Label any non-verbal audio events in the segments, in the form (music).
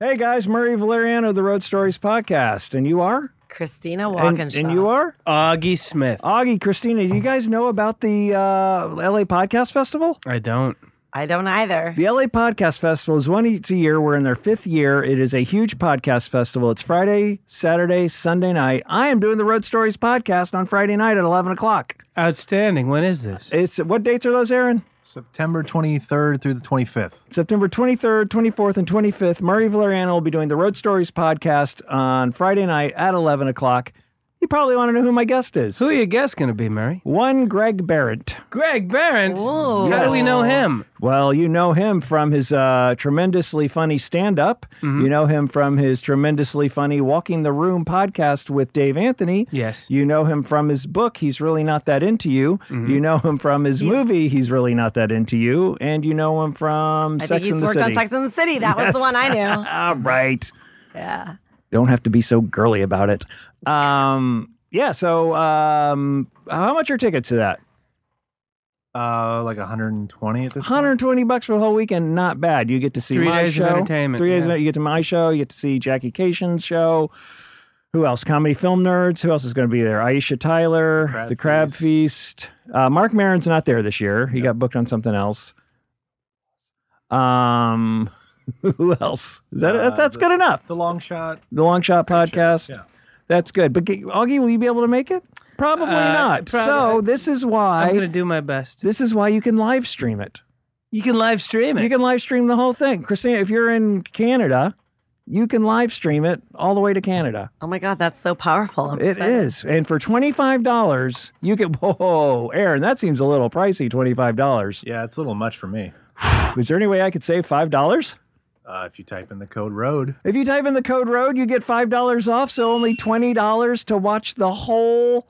Hey guys, Murray Valeriano, the Road Stories podcast, and you are, Christina and, Walkinshaw. and you are, Augie Smith. Augie, Christina. Do you guys know about the uh, LA Podcast Festival? I don't. I don't either. The LA Podcast Festival is one each a year. We're in their fifth year. It is a huge podcast festival. It's Friday, Saturday, Sunday night. I am doing the Road Stories podcast on Friday night at eleven o'clock. Outstanding. When is this? It's what dates are those, Aaron? September 23rd through the 25th. September 23rd, 24th, and 25th, Marty Valeriano will be doing the Road Stories podcast on Friday night at 11 o'clock. You probably want to know who my guest is. Who are your guests going to be, Murray? One Greg Barrett. Greg Barrett. Ooh. How do we know him? Well, you know him from his uh, tremendously funny stand up. You know him from his tremendously funny Walking the Room podcast with Dave Anthony. Yes. You know him from his book, He's Really Not That Into You. You know him from his movie, He's Really Not That Into You. And you know him from I Sex think he's in the worked City. on Sex and the City. That was the one (laughs) I knew. All right. Yeah. Don't have to be so girly about it. Um, yeah. So, um, how much are tickets to that? Uh, like 120 at this point. 120 bucks for the whole weekend. Not bad. You get to see Three my days show. of entertainment, Three days. yeah. Of, you get to my show. You get to see Jackie Cation's show. Who else? Comedy Film Nerds. Who else is going to be there? Aisha Tyler, Crab The Crab Feast. Uh, Mark Maron's not there this year. He got booked on something else. Um, (laughs) who else? Is that Uh, that's, that's the- good enough? The long shot. The Long Shot Podcast. yeah. That's good. But g- Augie, will you be able to make it? Probably Uh, not. prob- so this is I'm why going to do my best. this is why you can live stream it. You can live stream You it. can live stream the whole thing. Christina, if you're in Canada, you can live stream it all the way to Canada. Oh my God, that's so powerful. I'm It is. excited. And for $25, you can whoa, Aaron, that seems a little pricey, $25. Yeah, it's a little much for me. Is there any way I could save $5? Uh, if you type in the code ROAD, If you type in the code road, you get $5 off, so only $20 to watch the whole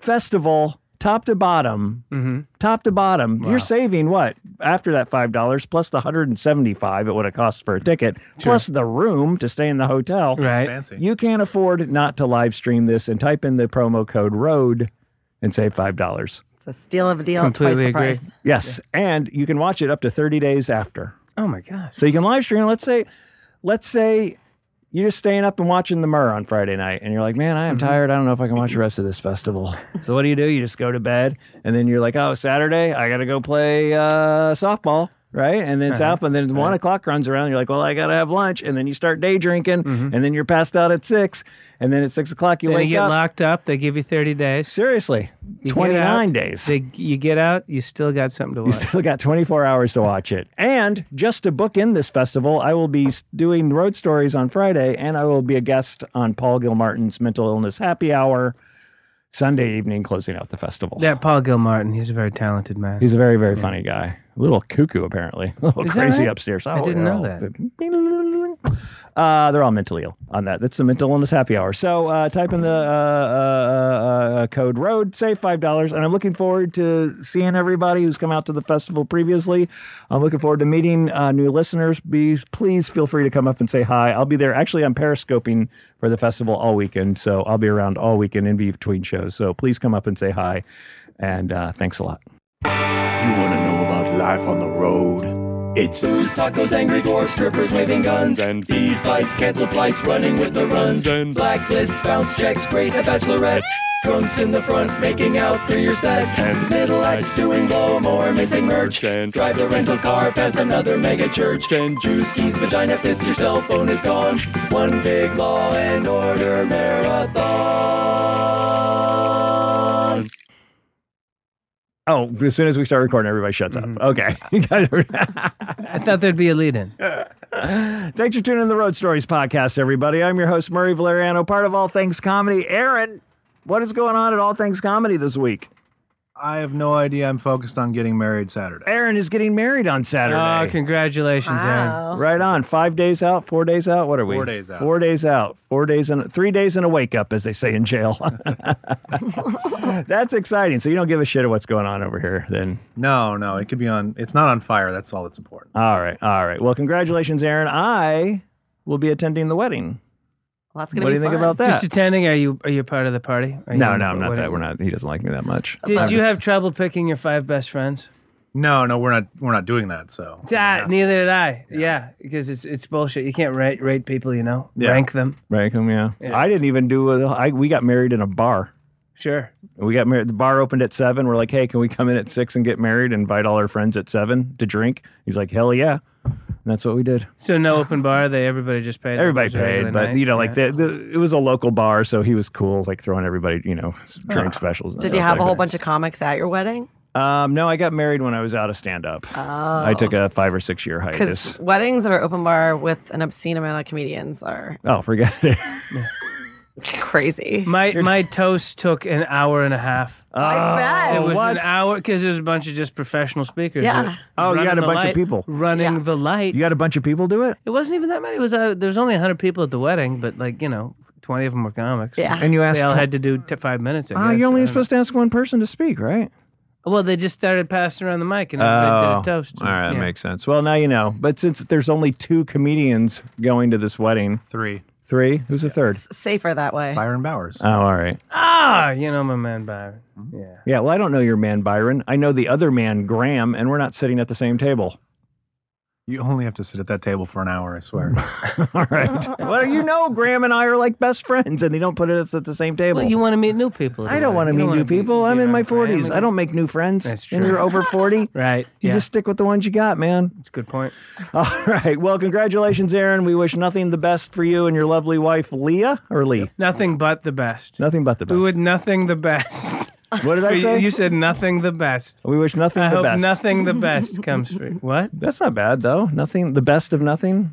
festival top to bottom. Mm-hmm. Mhm. Top to bottom. You're saving what? After that $5 plus the 175 it would have cost for a ticket, plus the room to stay in the hotel. it's Right. fancy. You can't afford not to live stream this and type in the promo code road and save $5. It's a steal of a deal. Completely twice the agree. price. Yes, and you can watch it up to 30 days after. Oh my gosh. So you can live stream. Let's say, let's say you're just staying up and watching the Myrrh on Friday night, and you're like, man, I Mm-hmm. am tired. I don't know if I can watch the rest of this festival. so what do you do? You just go to bed, and then you're like, oh, Saturday, I gotta go play uh, softball. Right, and then it's Uh-huh. up, and then one o'clock runs around. and You're like, "Well, I gotta have lunch," and then you start day drinking, and then you're passed out at six, and then at six o'clock you Mm-hmm. Then wake you get up. locked up. They give you 30 days. Seriously, You get twenty nine out, days. They, you get out. You still got something to You watch. still got 24 hours to watch it. And just to book in this festival, I will be s- doing road stories on Friday, and I will be a guest on Paul Gilmartin's Mental Illness Happy Hour Sunday evening, closing out the festival. That Paul Gilmartin. He's a very talented man. He's a very, very funny guy. A little cuckoo, apparently. (laughs) A little Is that crazy right? upstairs. I didn't know that. (laughs) Uh, they're all mentally ill on that. That's the mental illness happy hour. So uh, type in the uh, uh, uh, uh, code ROAD, save $5. And I'm looking forward to seeing everybody who's come out to the festival previously. I'm looking forward to meeting uh, new listeners. Be, please feel free to come up and say hi. I'll be there. Actually, I'm periscoping for the festival all weekend. So I'll be around all weekend in between shows. So please come up and say hi. And uh, thanks a lot. You want to know about life on the road? It's booze, tacos, angry dwarfs, strippers waving guns, and fees, fights, canceled flights, running with the runs, and blacklists, bounce checks, great a bachelorette, drunks in the front making out through your set, and middle acts doing blow more, missing merch, and drive the rental car past another mega church, and juice keys, vagina fist, your cell phone is gone. One big law and order marathon. Oh, as soon as we start recording, everybody shuts Mm-hmm. up. Okay. (laughs) You guys are- I thought there'd be a lead in. Thanks for tuning in to the Road Stories podcast, everybody. I'm your host, Murray Valeriano, part of All Things Comedy. Aaron, what is going on at All Things Comedy this week? I have no idea. I'm focused on getting married Saturday. Aaron is getting married on Ah, Oh, Saturday. congratulations, Aaron. Wow. Right on. Five days out, four days out. What are we? Four days out. Four days out. Four days in, three days in a wake up, as they say in (laughs) jail. (laughs) That's exciting. So you don't give a shit at what's going on over here, then. No, no, it could be on. It's not on fire. That's all that's important. All right. All right. Well, congratulations, Aaron. I will be attending the wedding. Well, that's gonna What do be you think fun. about that? Just attending. Are you are you part of the party? Are you No, in no, the- I'm not what are that. you- We're not. He doesn't like me that much. Did you have trouble picking your five best friends? No, no, we're not. We're not doing that. So Ah, Neither did I. Yeah, because it's it's bullshit. You can't rate rate people. You know, Yeah. rank them. Rank 'em, yeah. Yeah. I didn't even do. A, I we got married in a bar. Sure. We got married. The bar opened at seven. We're like, hey, can we come in at six and get married and invite all our friends at seven to drink? He's like, hell yeah. And that's what we did. So no (laughs) open bar. They everybody just paid. Everybody It was a regular paid, but night. you know, like Yeah. the, the, it was a local bar, so he was cool, like throwing everybody, you know, s- drink specials. And Did you stuff have a like whole that. bunch of comics at your wedding? Um, no, I got married when I was out of stand up. Oh, I took a five or six year hiatus. because weddings that are open bar with an obscene amount of comedians are Oh, forget it. (laughs) crazy. my my toast took an hour and a half. I It bet. was Oh, an what? hour because there was a bunch of just professional speakers. Yeah. that- Oh, you running had a the bunch of light- people. running Yeah. the light. You got a bunch of people do it, It wasn't even that many. It was uh, there was only hundred people at the wedding, but like you know, twenty of them were comics. Yeah. and you asked. they all had to do t- five minutes. I Ah, guess. you're I only don't supposed to ask one person to speak, right? know. Well, they just started passing around the mic and everybody did a toast. Oh. All right, that Yeah. makes sense. Well, now you know. But since there's only two comedians going to this wedding, three, three, who's the third? It's safer that way. Byron Bowers. Oh, all right. ah, you know my man Byron. Yeah. Yeah, well, I don't know your man, Byron. I know the other man, Graham, and we're not sitting at the same table. (laughs) You only have to sit at that table for an hour. I swear. All right. (laughs) well, you know, Graham and I are like best friends, and they don't put us at the same table. Well, you want to meet new people. I don't want to You meet wanna new people. I'm you in know, my Brian, 40s. I don't make new friends. That's And true. you're over 40. you (laughs) Right. yeah. just stick with the ones you got, (laughs) man. That's a good point. All right. Well, congratulations, Aaron. We wish nothing the best for you and your lovely wife, Leah or Lee. Nothing but the best. Nothing but the We best. would nothing the (laughs) best. what did I You- say? You said nothing the best. we wish nothing I the hope best. (laughs) nothing the best comes for you. What? That's not bad though. Nothing. The best of nothing.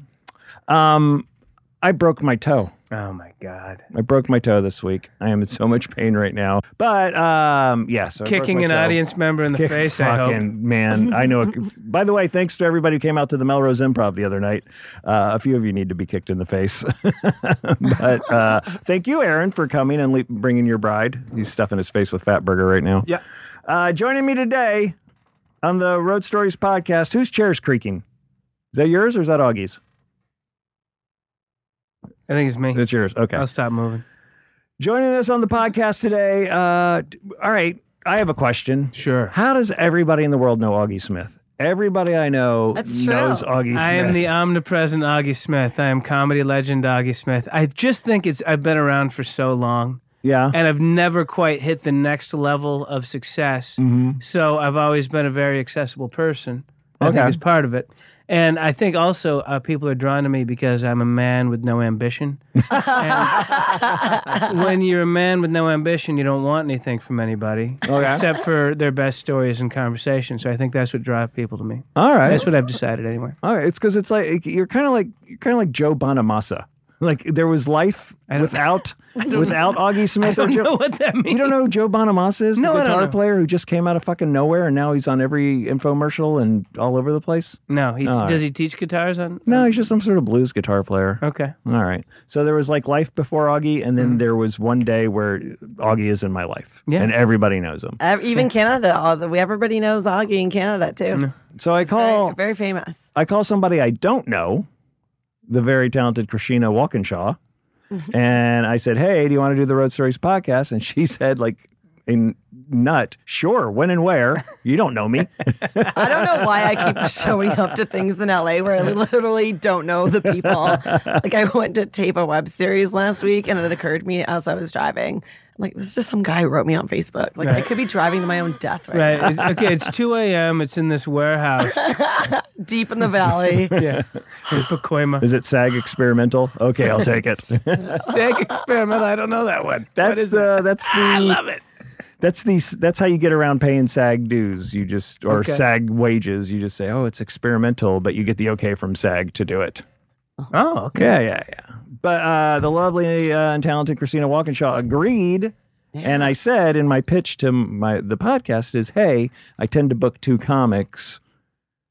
Um, I broke my toe. Oh my God. I broke my toe this week. I am in so much pain right now. But um, yes, I broke Kicking my an toe. audience member in the Kick- face, I fucking hope. man, I know. it- (laughs) By the way, thanks to everybody who came out to the Melrose Improv the other night. Uh, a few of you need to be kicked in the face, (laughs) but uh, thank you, Aaron, for coming and le- bringing your bride. He's stuffing his face with Fatburger right now. yeah. Uh, joining me today on the Road Stories podcast, whose chair's creaking? Is that yours or is that Augie's? I think it's me. It's yours. Okay. I'll stop moving. Joining us on the podcast today. Uh, d- all right, I have a question. Sure. How does everybody in the world know Augie Smith? Everybody I know That's true. knows Augie Smith. I am the omnipresent Augie Smith. I am comedy legend Augie Smith. I just think it's I've been around for so long yeah. and I've never quite hit the next level of success. Mm-hmm. So I've always been a very accessible person. I Okay. think is part of it. And I think also uh, people are drawn to me because I'm a man with no (laughs) ambition. And when you're a man with no ambition, you don't want anything from anybody Okay. except for their best stories and conversations. So I think that's what drives people to me. All right. That's what I've decided anyway. All right. It's because it's like you're kind of like you're kind of like Joe Bonamassa. Like there was life (laughs) without without Augie Smith. (laughs) I don't or Joe, know what that means. You don't know who Joe Bonamassa is, No, the I don't guitar know. player who just came out of fucking nowhere and now he's on every infomercial and all over the place? No, he All does he teach guitars on? No, he's just some sort of blues guitar player. Okay. Mm-hmm. All right. So there was like life before Augie, and then there was one day where Augie is in my life, Yeah. and everybody knows him. Ev- Even Canada, all the, we- everybody knows Augie in Canada too. So I Very, call very famous. I call somebody I don't know, the very talented Christina Walkinshaw, and I said, "Hey, do you want to do the Road Stories podcast?" And she (laughs) said, like. In nut, sure. When and where? You don't know me. I don't know why (laughs) I keep showing up to things in LA where I literally don't know the people. Like I went to tape a web series last week and it occurred to me as I was driving. I'm like, this is just some guy who wrote me on Facebook. Like I could be driving to my own death right, Right. It's, okay. It's two a.m. It's in this warehouse. now. Deep in (laughs) the valley. (laughs) Yeah. In Pacoima. Is it SAG experimental? Okay, I'll take (laughs) it. Sick experiment. I don't know that one. What That's is the that's the (laughs) I love it. That's the that's how you get around paying SAG dues. You just or Okay. SAG wages. You just say, "Oh, it's experimental," but you get the okay from SAG to do it. Oh, okay. Yeah, yeah, yeah. But uh, the lovely uh, and talented Christina Walkinshaw agreed, and I said in my pitch to my the podcast is, "Hey, I tend to book two comics."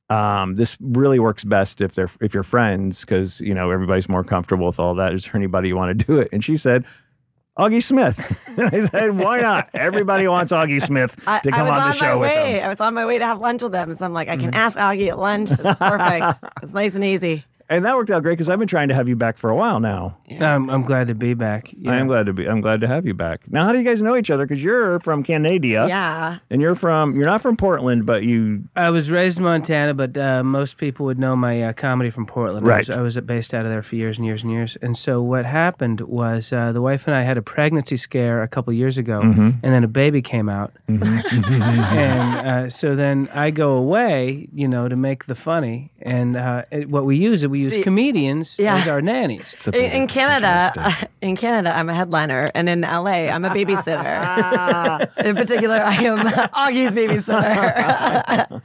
Um, this really works best if they're if you're friends because you know everybody's more comfortable with all that. Is there anybody you want to do it? And she said, Augie Smith. (laughs) and I said, why not? Everybody wants Augie Smith I, to I come was on, the my show with way. them. Mm-hmm. (laughs) I was on my way to have lunch with them. So I'm like, I can ask Augie at lunch. It's perfect. it's nice and easy. And that worked out great because I've been trying to have you back for a while now. I'm, I'm glad to be back. I Yeah. am glad to be. I'm glad to have you back. Now, how do you guys know each other? Because you're from Canada, Yeah. and you're from you're not from Portland, but you I was raised in Montana, but uh, most people would know my uh, comedy from Portland. I was, Right. I was based out of there for years and years and years. And so what happened was uh, the wife and I had a pregnancy scare a couple years ago, Mm-hmm. and then a baby came out. (laughs) (laughs) and uh, so then I go away, you know, to make the funny. And uh, it, what we use is we use See- comedians Yeah. as our nannies. In, in Canada, (laughs) in Canada, I'm a headliner, and in LA, I'm a (laughs) babysitter. in particular, I am Augie's babysitter. (laughs)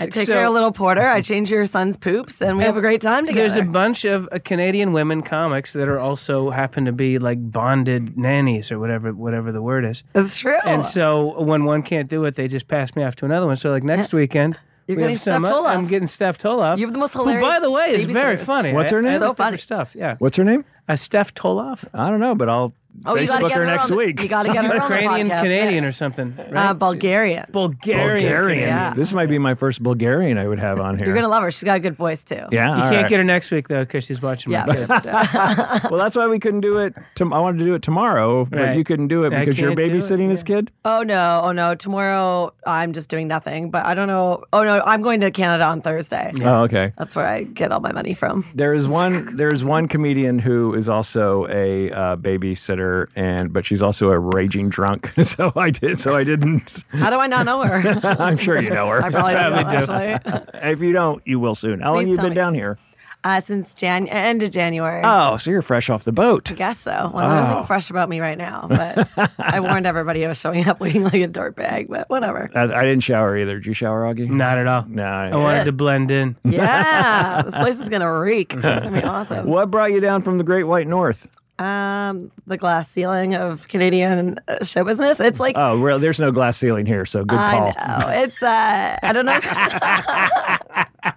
(laughs) I take her a little porter. I change your son's poops, and we have a great time together. There's a bunch of uh, Canadian women comics that are also happen to be like bonded nannies or whatever whatever the word is. That's true. And so when one can't do it, they just pass me off to another one. So like next weekend, You're we have getting Steph some- Toloff. I'm getting Steph Toloff. You have the most Who, by hilarious the way, is very babysitters. funny. What's her I- I name? So look for funny. stuff. Yeah, what's her name? uh, Steph Toloff, I don't know, but I'll Oh, you gotta Facebook get her on next the- week. You got to get her on the Ukrainian podcast, Canadian yes. or something, right? uh, Bulgarian. Bulgarian. Bulgarian. Yeah. This might be my first Bulgarian I would have on here. You're gonna love her. She's got a good voice too. yeah, You can't get her next week though, because she's watching (laughs) my (laughs) kid. Yeah. Well, that's why we couldn't do it. tom I wanted to do it tomorrow, but Right. you couldn't do it I because you're can't do it, babysitting this kid. oh no. Oh no. Tomorrow I'm just doing nothing. But I don't know. Oh no. I'm going to Canada on Thursday. Oh, okay. That's where I get all my money from. There is one. There is one comedian who is also a uh, babysitter, and but she's also a raging drunk. (laughs) So I did. So I didn't. (laughs) How do I not know (laughs) her? I'm sure you know her. (laughs) I probably don't know, actually. if you don't, you will soon. How long Please you tell been me. down here? Uh, since Jan end of January. Oh, so you're fresh off the boat. I guess so. Well, there's nothing fresh about me right now, but I warned everybody I was showing up (laughs) looking like a dirtbag, but whatever. I, I didn't shower either. Did you shower, Augie? Not at all. No. I- I wanted to (laughs) blend in. Yeah, this place is gonna reek. It's gonna be awesome. What brought you down from the Great White North? Um, the glass ceiling of Canadian uh, show business. It's like Oh, well, there's no glass ceiling here, so good I call. know. It's uh, I don't know. (laughs) I don't.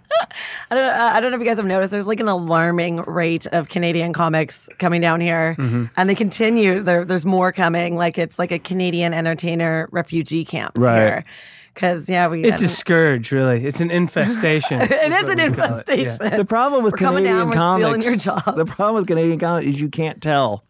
Uh, I don't know if you guys have noticed. There's like an alarming rate of Canadian comics coming down here, Mm-hmm. and they continue. There, there's more coming. Like it's like a Canadian entertainer refugee camp Right. Because yeah, we. um, It's a scourge, really. It's (laughs) an infestation. it is what an we call it. Yeah. infestation. The problem with We're coming Canadian down, we're comics, stealing your jobs. the problem with Canadian comics is you can't tell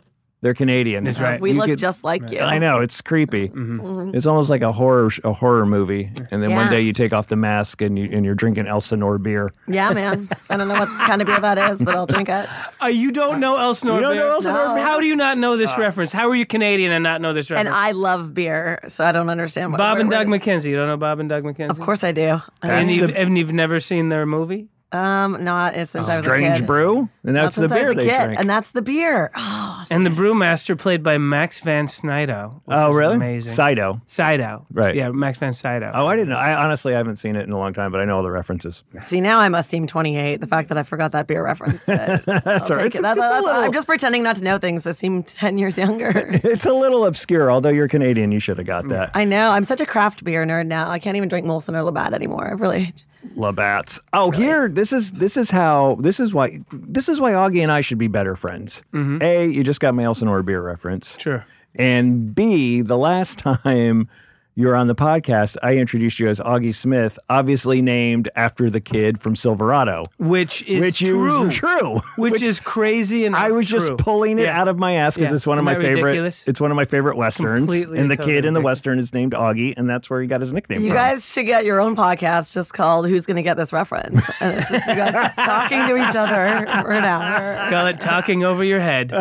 they're Canadian. That's right. We You look could- just like you. I know it's creepy. It's almost like a horror sh- a horror movie, and then one Mm-hmm. Yeah. day you take off the mask and you and you're drinking Elsinore beer. Yeah, man. I don't know what kind of beer that is, but I'll drink (laughs) it. Uh, you don't know Elsinore You don't Bear? know Elsinore Uh, No. Bear? How do you not know this reference? How are you Canadian and not know this reference? And I love beer, so I don't understand what Bob and where- Doug where- McKenzie. You don't know Bob and Doug McKenzie? Of course I do. And That's you've, the- and you've never seen their movie? Um, not Oh, since I was a Strange kid. brew, and that's the Since I was beer a they kid, drink. And that's the beer. Oh, And the brewmaster played by Max van Sydow. which oh, is really? Amazing. Cido. Sydow. Right. Yeah, Max van Sydow. Oh, I didn't know. I honestly haven't seen it in a long time, but I know all the references. see, now I must seem 28. The fact that I forgot that beer reference. (laughs) But that's all right. It's- it's a little- I'm just pretending not to know things to seem 10 (laughs) years younger. It's a little obscure, although you're Canadian, you should have got that. I know. I'm such a craft beer nerd now. I can't even drink Molson or Labatt anymore. I really. Labats. Oh, here, this is this is how this is why this is why Augie and I should be better friends. A, you just got my Elsinore beer reference. Sure. And B, the last time you were on the podcast, I introduced you as Augie Smith, obviously named after the kid from Silverado, Which is which true. you true. Which, is crazy and I was true. just pulling it Yeah. out of my ass because Yeah. it's one of my Isn't that favorite. ridiculous? It's one of my favorite westerns, Completely and the totally kid in the ridiculous. western is named Augie, and that's where he got his nickname. You from. guys should get your own podcast just called Who's Gonna Get This Reference? And it's just (laughs) you guys talking to each other for an hour. Call it talking over (laughs) your head.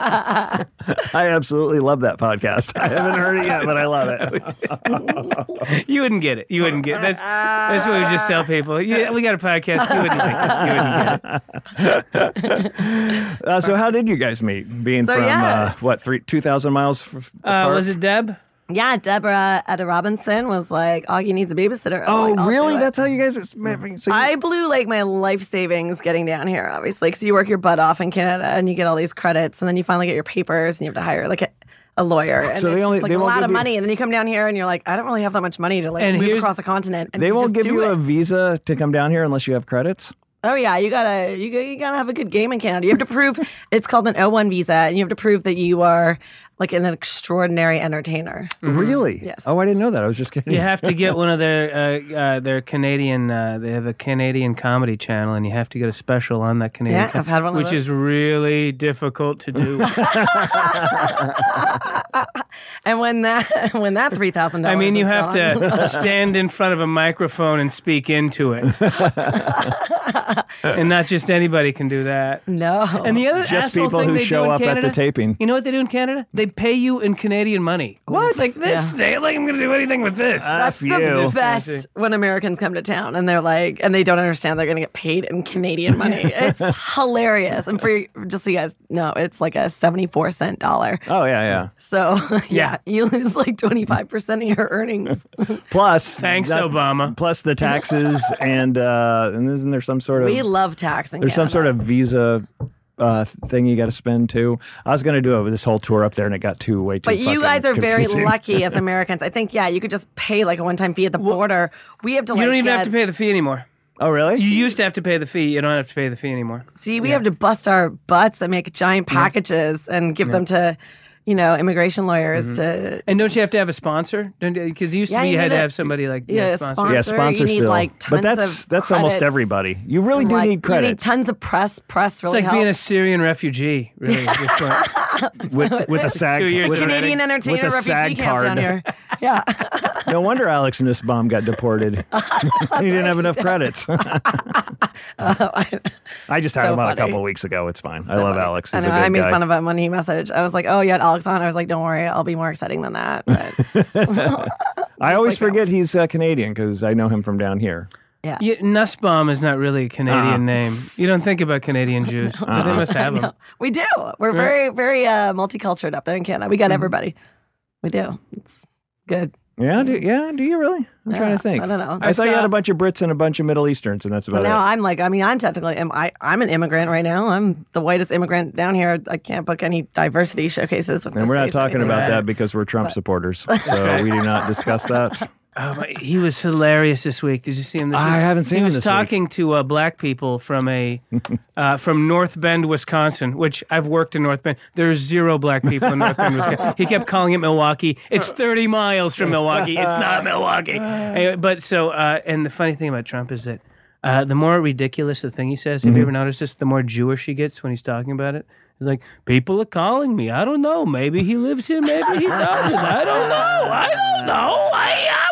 I absolutely love that podcast. I haven't heard it yet, but I love (laughs) it. You wouldn't get it. You wouldn't get that's that's what we just tell people. Yeah, we got a podcast. (laughs) You wouldn't like it. You wouldn't get it. Uh, so, how did you guys meet? Being So, from yeah. uh, what three two thousand miles? F- f- Uh, apart? was it Deb? Yeah, Deborah Etta Robinson was like, Augie needs a babysitter. I'm Oh, like, "I'll do really? it." That's how you guys. Mm. Was, so you- I blew like my life savings getting down here, obviously, because you work your butt off in Canada and you get all these credits, and then you finally get your papers and you have to hire like a, a lawyer, and So they it's only- just like they a won't lot give of you- money. And then you come down here and you're like, I don't really have that much money to like And move here's- across the continent. And they you won't just give do you it. a visa to come down here unless you have credits. Oh yeah, you gotta you, gotta- you gotta have a good game in Canada. You have to prove (laughs) it's called an L1 visa, and you have to prove that you are like an extraordinary entertainer. Really? Yes. Oh, I didn't know that. I was just kidding. You have to get one of their uh, uh, their Canadian. Uh, they have a Canadian comedy channel, and you have to get a special on that Canadian. Yeah, com- I've had one of which those. is really difficult to (laughs) do. And when that (laughs) when that three thousand I dollars, mean, you have to stand in front of a microphone and speak into it, and not just anybody can do that. (laughs) no. And the other Just asshole people thing who they do show in up at the Canada- taping. You know what they do in Canada? They pay you in Canadian money. What? Like this Oh, Yeah. Oh thing? Like I'm gonna do anything with this? that's F you. the best when Americans come to town and they're like, and they don't understand they're going to get paid in Canadian money. It's hilarious. And for just so you guys know, it's like a 74 cent dollar. Oh yeah, yeah. So (laughs) Yeah. yeah, you lose like 25% of your earnings. Plus, Thanks, that- Obama. Plus the (laughs) taxes and uh, and isn't there some sort of (laughs) we love taxing. There's some Canada. sort of visa uh, thing you got to spend too. I was gonna do a, this whole tour up there, and it got too way too. But you fucking guys are very confusing. lucky as Americans. I think, yeah, you could just pay like a one time fee at the border. We have to like You don't even have get- to pay the fee anymore. Oh really? You used to have to pay the fee. You don't have to pay the fee anymore. See, we have to bust our butts and make giant packages and give them to, you know, immigration lawyers to. And don't you have to have a sponsor? Because used to Yeah, be you, you had to need a- have somebody like yeah, yeah, a sponsor. sponsor. yeah, sponsor, you sponsor need, still. like, but tons that's of that's almost credits. everybody. You really do like, need You need credits tons of press. Press It's really like being a helps. Syrian refugee, really. at this (laughs) point. with, with a sag. Two years with- ago. Canadian with entertainer a refugee SAG camp down card. (laughs) here. Yeah, (laughs) no wonder Alex Nussbaum got deported. (laughs) he didn't have enough (laughs) credits. (laughs) I just had So him on a funny. couple weeks ago. It's fine. I love Alex. I He's know. a good I made guy. fun of him when he messaged. I was like, "Oh, you had Alex on." I was like, "Don't worry, I'll be more exciting (laughs) than that." But I always forget he's uh, Canadian because I know him from down here. yeah. Yeah, Nussbaum is not really a Canadian name. You don't think about Canadian Jews, (laughs) but they must have them. We do. We're very, very uh, multicultural up there in Canada. We Mm-hmm. got everybody. We do. It's good. Yeah, do, yeah. Do you really? I'm trying to I think. don't know. I, I thought you saw- had a bunch of Brits and a bunch of Middle Easterns, and that's about now it. I'm like, I mean, I'm technically, am I, I'm an immigrant right now. I'm the whitest immigrant down here. I can't book any diversity showcases with. and this we're not face or talking anything. about that because we're Trump (laughs) supporters, so we do not discuss that. Oh, my, he was hilarious this week. Did you see him this week? I haven't seen he him was this week. talking to uh, black people (laughs) from a uh, from North Bend, Wisconsin, which I've worked in North Bend. There's zero black people in North Bend, Wisconsin. He kept calling it Milwaukee. It's 30 miles from Milwaukee. It's not Milwaukee. (sighs) Anyway, but so uh, and the funny thing about Trump is that uh, the more ridiculous the thing he says, Mm-hmm. have you ever noticed this? The more Jewish he gets when he's talking about it. He's like, people are calling me. I don't know. Maybe he lives here. Maybe he doesn't. I don't know. I don't know. I, I,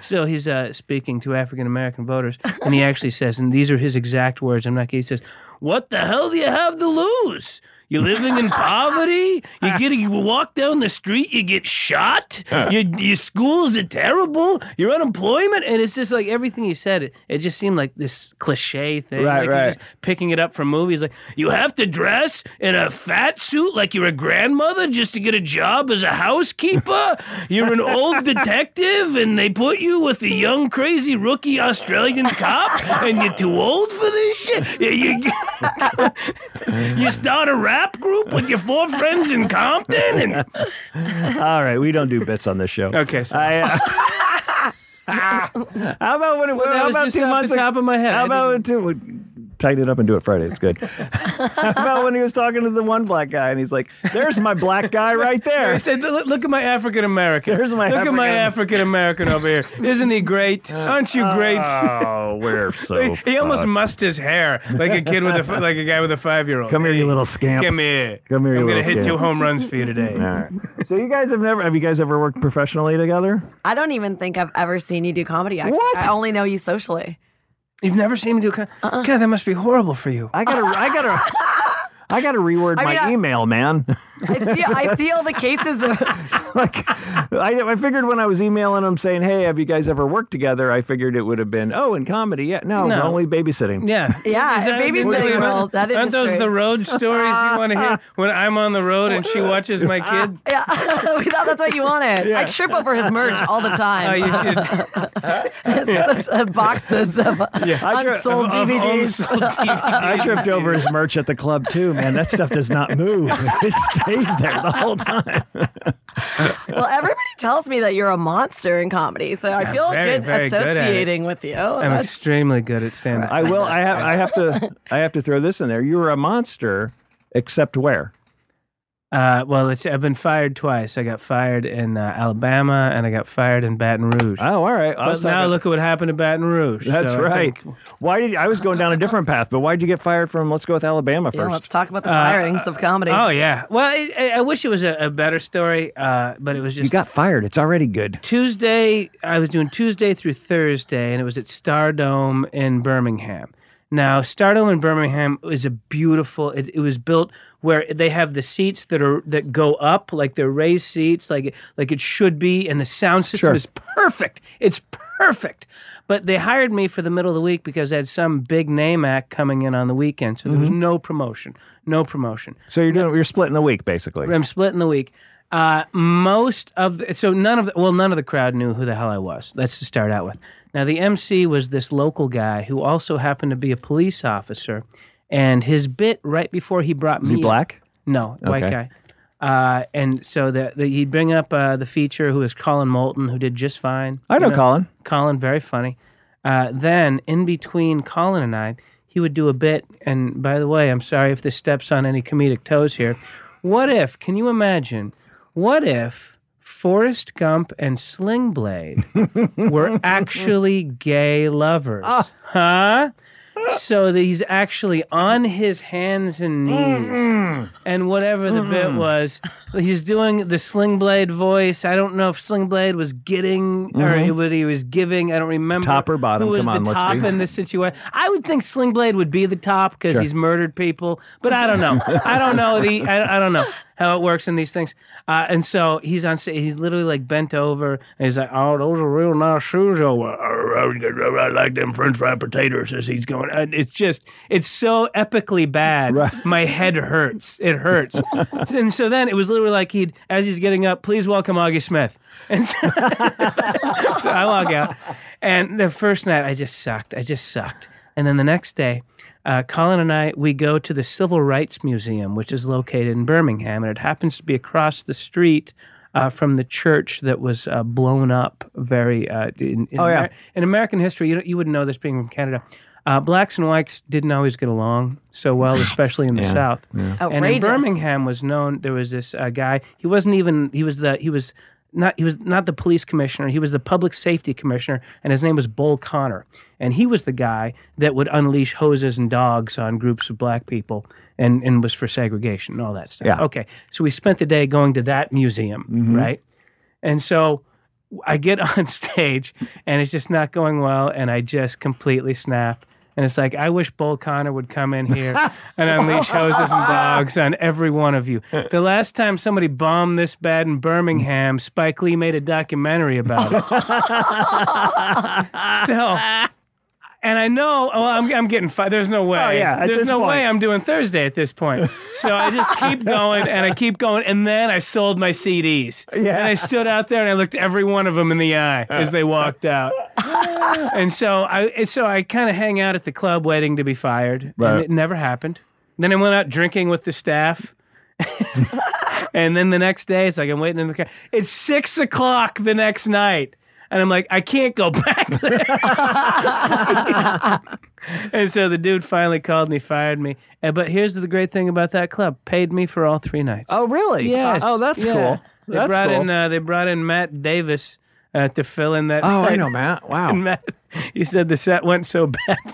so he's uh, speaking to African American voters, and (laughs) he actually says, and these are his exact words. I'm not kidding. He says, "What the hell do you have to lose? You're (laughs) living in poverty. You get you walk down the street, you get (laughs) shot. Your, your schools are terrible. Your unemployment, and it's just like everything he said. It, it just seemed like this cliche thing. Right, like right. He's just picking it up from movies. Like you have to dress in a fat suit like you're a grandmother just to get a job as a housekeeper. (laughs) you're an old detective, and they put you with a young crazy rookie Australian cop, and you're too old for this shit. You- you- (laughs) you start a rap group with your four friends in Compton and All right, we don't do bits on this show. Okay, so- I, uh, (laughs) (laughs) how about when? it that how was about just two off the months? ag- top of my head. How I about two? Tighten it up and do it Friday. It's (laughs) good. how about when he was talking to the one black guy and he's like, "There's my black guy right there." I said, "Look look at my African American. There's my look at my African- Uh, African American over here. Isn't he great? Aren't you great?" Oh, we're so. he almost fucked. mussed his hair like a kid (laughs) with a f- like a guy with a five year old. Come here, you little scamp. Come here. Come here, you I'm gonna little hit scamp. two home runs for (laughs) you today. All right. So you guys have never have you guys ever worked professionally together? I don't even think I've ever seen you do comedy. Actually. What? I only know you socially. You've never seen me do. Co- Uh-uh. God, that must be horrible for you. I gotta I gotta (laughs) I gotta reword I my mean, I- email, man. (laughs) I see, I see all the cases (laughs) of. like I, I figured when I was emailing him saying, "Hey, have you guys ever worked together?" I figured it would have been, "Oh, in comedy, yeah, no, No. only babysitting." Yeah. Yeah, Is that- babysitting role. That Aren't those industry. the road stories you want to (laughs) hear when I'm on the road and she watches my kid? Yeah, (laughs) we thought that's what you wanted. I trip over his merch all the Oh, time. you (laughs) should. Just, uh, boxes (laughs) of I tri- unsold of- of DVDs. unsold I tripped over his merch (laughs) at the club too, man. That stuff does not move; it stays there the whole time. uh, Well, everybody tells me that you're a monster in comedy, so I feel very, good very good at it. associating with you. I'm That's- extremely good at stand up. I will. I have. I have to. I have to throw this in there. You were a monster, except where? Uh, well, it's, I've been fired twice. I got fired in uh, Alabama and I got fired in Baton Rouge. Oh, all right. I but was now talking- look at what happened to Baton Rouge. That's So I right. think- Why did I was going down a different path? But why did you get fired from? Let's go with Alabama yeah, let's first. talk about the firings of comedy. Uh, oh yeah. Well, I, I- I wish it was a, a better story, uh, but it was you just got fired. It's already good. Tuesday. I was doing Tuesday through Thursday, and it was at Stardome in Birmingham. Now, Stardome in Birmingham is a beautiful. It, it was built where they have the seats that are that go up, like they're raised seats, like like it should be, and the sound system Sure. is perfect. It's perfect. But they hired me for the middle of the week because they had some big name act coming in on the weekend, so there Mm-hmm. was no promotion, no promotion. So you're doing. You're splitting the week basically. I'm splitting the week. Uh, most of the, so none of the, well none of the crowd knew who the hell I was. That's to start out with. Now the MC was this local guy who also happened to be a police officer, and his bit right before he brought Is me he black? no, white Okay. guy. Uh, and so the, the, he'd bring up uh, the feature who was Colin Moulton, who did just fine. I You know Colin. Colin, very funny. Uh, then in between Colin and I, he would do a bit. And by the way, I'm sorry if this steps on any comedic toes here. What if? Can you imagine? What if Forrest Gump and Sling Blade (laughs) were actually gay lovers? Ah. Huh? So that he's actually on his hands and knees, Mm-hmm. and whatever the bit was, he's doing the Sling Blade voice. I don't know if Sling Blade was getting or it was, he was giving. I don't remember Top or Mm-hmm. bottom, Who was come on, the let's top be- in this situation? I would think Sling Blade would be the top because Sure. he's murdered people, but I don't know. I don't know the. I, I don't know how it works in these things. Uh, and so he's on. sta- He's literally like bent over, and he's like, "Oh, those are real nice shoes. Oh, I, I- I like them French fried potatoes." As he's going, and it's just, it's so epically bad. My head hurts. It hurts. and so then it was literally like he'd, as he's getting up, please welcome Augie Smith. And so, so I walk out. And the first night, I just sucked. I just sucked. And then the next day, uh, Colin and I, we go to the Civil Rights Museum, which is located in Birmingham. And it happens to be across the street uh, from the church that was uh, blown up very. Uh, in, in Oh, yeah. Amer- in American history, you, don't- you wouldn't know this being from Canada. Uh, blacks and whites didn't always get along so well, especially in the South. And in Outrageous. Birmingham was known. There was this uh, guy. He wasn't even. He was the. He was not. He was not the police commissioner. He was the public safety commissioner, and his name was Bull Connor. And he was the guy that would unleash hoses and dogs on groups of black people, and and was for segregation and all that stuff. Yeah. Okay. So we spent the day going to that museum, right? And so I get (laughs) on stage and it's just not going well, and I just completely snap. And it's like, I wish Bull Connor would come in here and unleash hoses and dogs on every one of you. The last time somebody bombed this bad in Birmingham, Spike Lee made a documentary (laughs) about it. so, and I know, well, I'm, I'm getting fired. There's no way. Oh, yeah, at There's this no way point. I'm doing Thursday at this point. So I just (laughs) keep going and I keep going. And then I sold my CDs. Yeah. And I stood out there and I looked every one of them in the eye as (laughs) they walked out. and so I and so I kind of hang out at the club waiting to be fired, and Right. it never happened. Then I went out drinking with the staff. (laughs) and then the next day, it's like I'm waiting in the car. It's six o'clock the next night. And I'm like, I can't go (laughs) back there. and so the dude finally called me, fired me. And, but here's the great thing about that club paid me for all three nights. Oh, really? Yes. Oh, that's Yeah. cool. They That's brought cool. in uh, they brought in Matt Davis uh, to fill in (laughs) that. oh, I night. know, Matt. Wow. And Matt, he said the set went so (laughs) badly.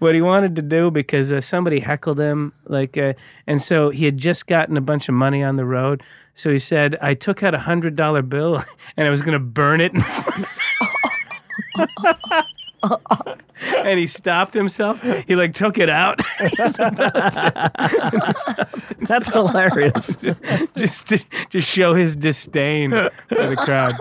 what he wanted to do because uh, somebody heckled him, like, uh, and so he had just gotten a bunch of money on the road. So he said, "I took out a hundred dollar bill (laughs) and I was going to burn it." in front of him." (laughs) and he stopped himself. He like took it out. (laughs) He was about to- (laughs) That's hilarious. just to just show his disdain for the crowd.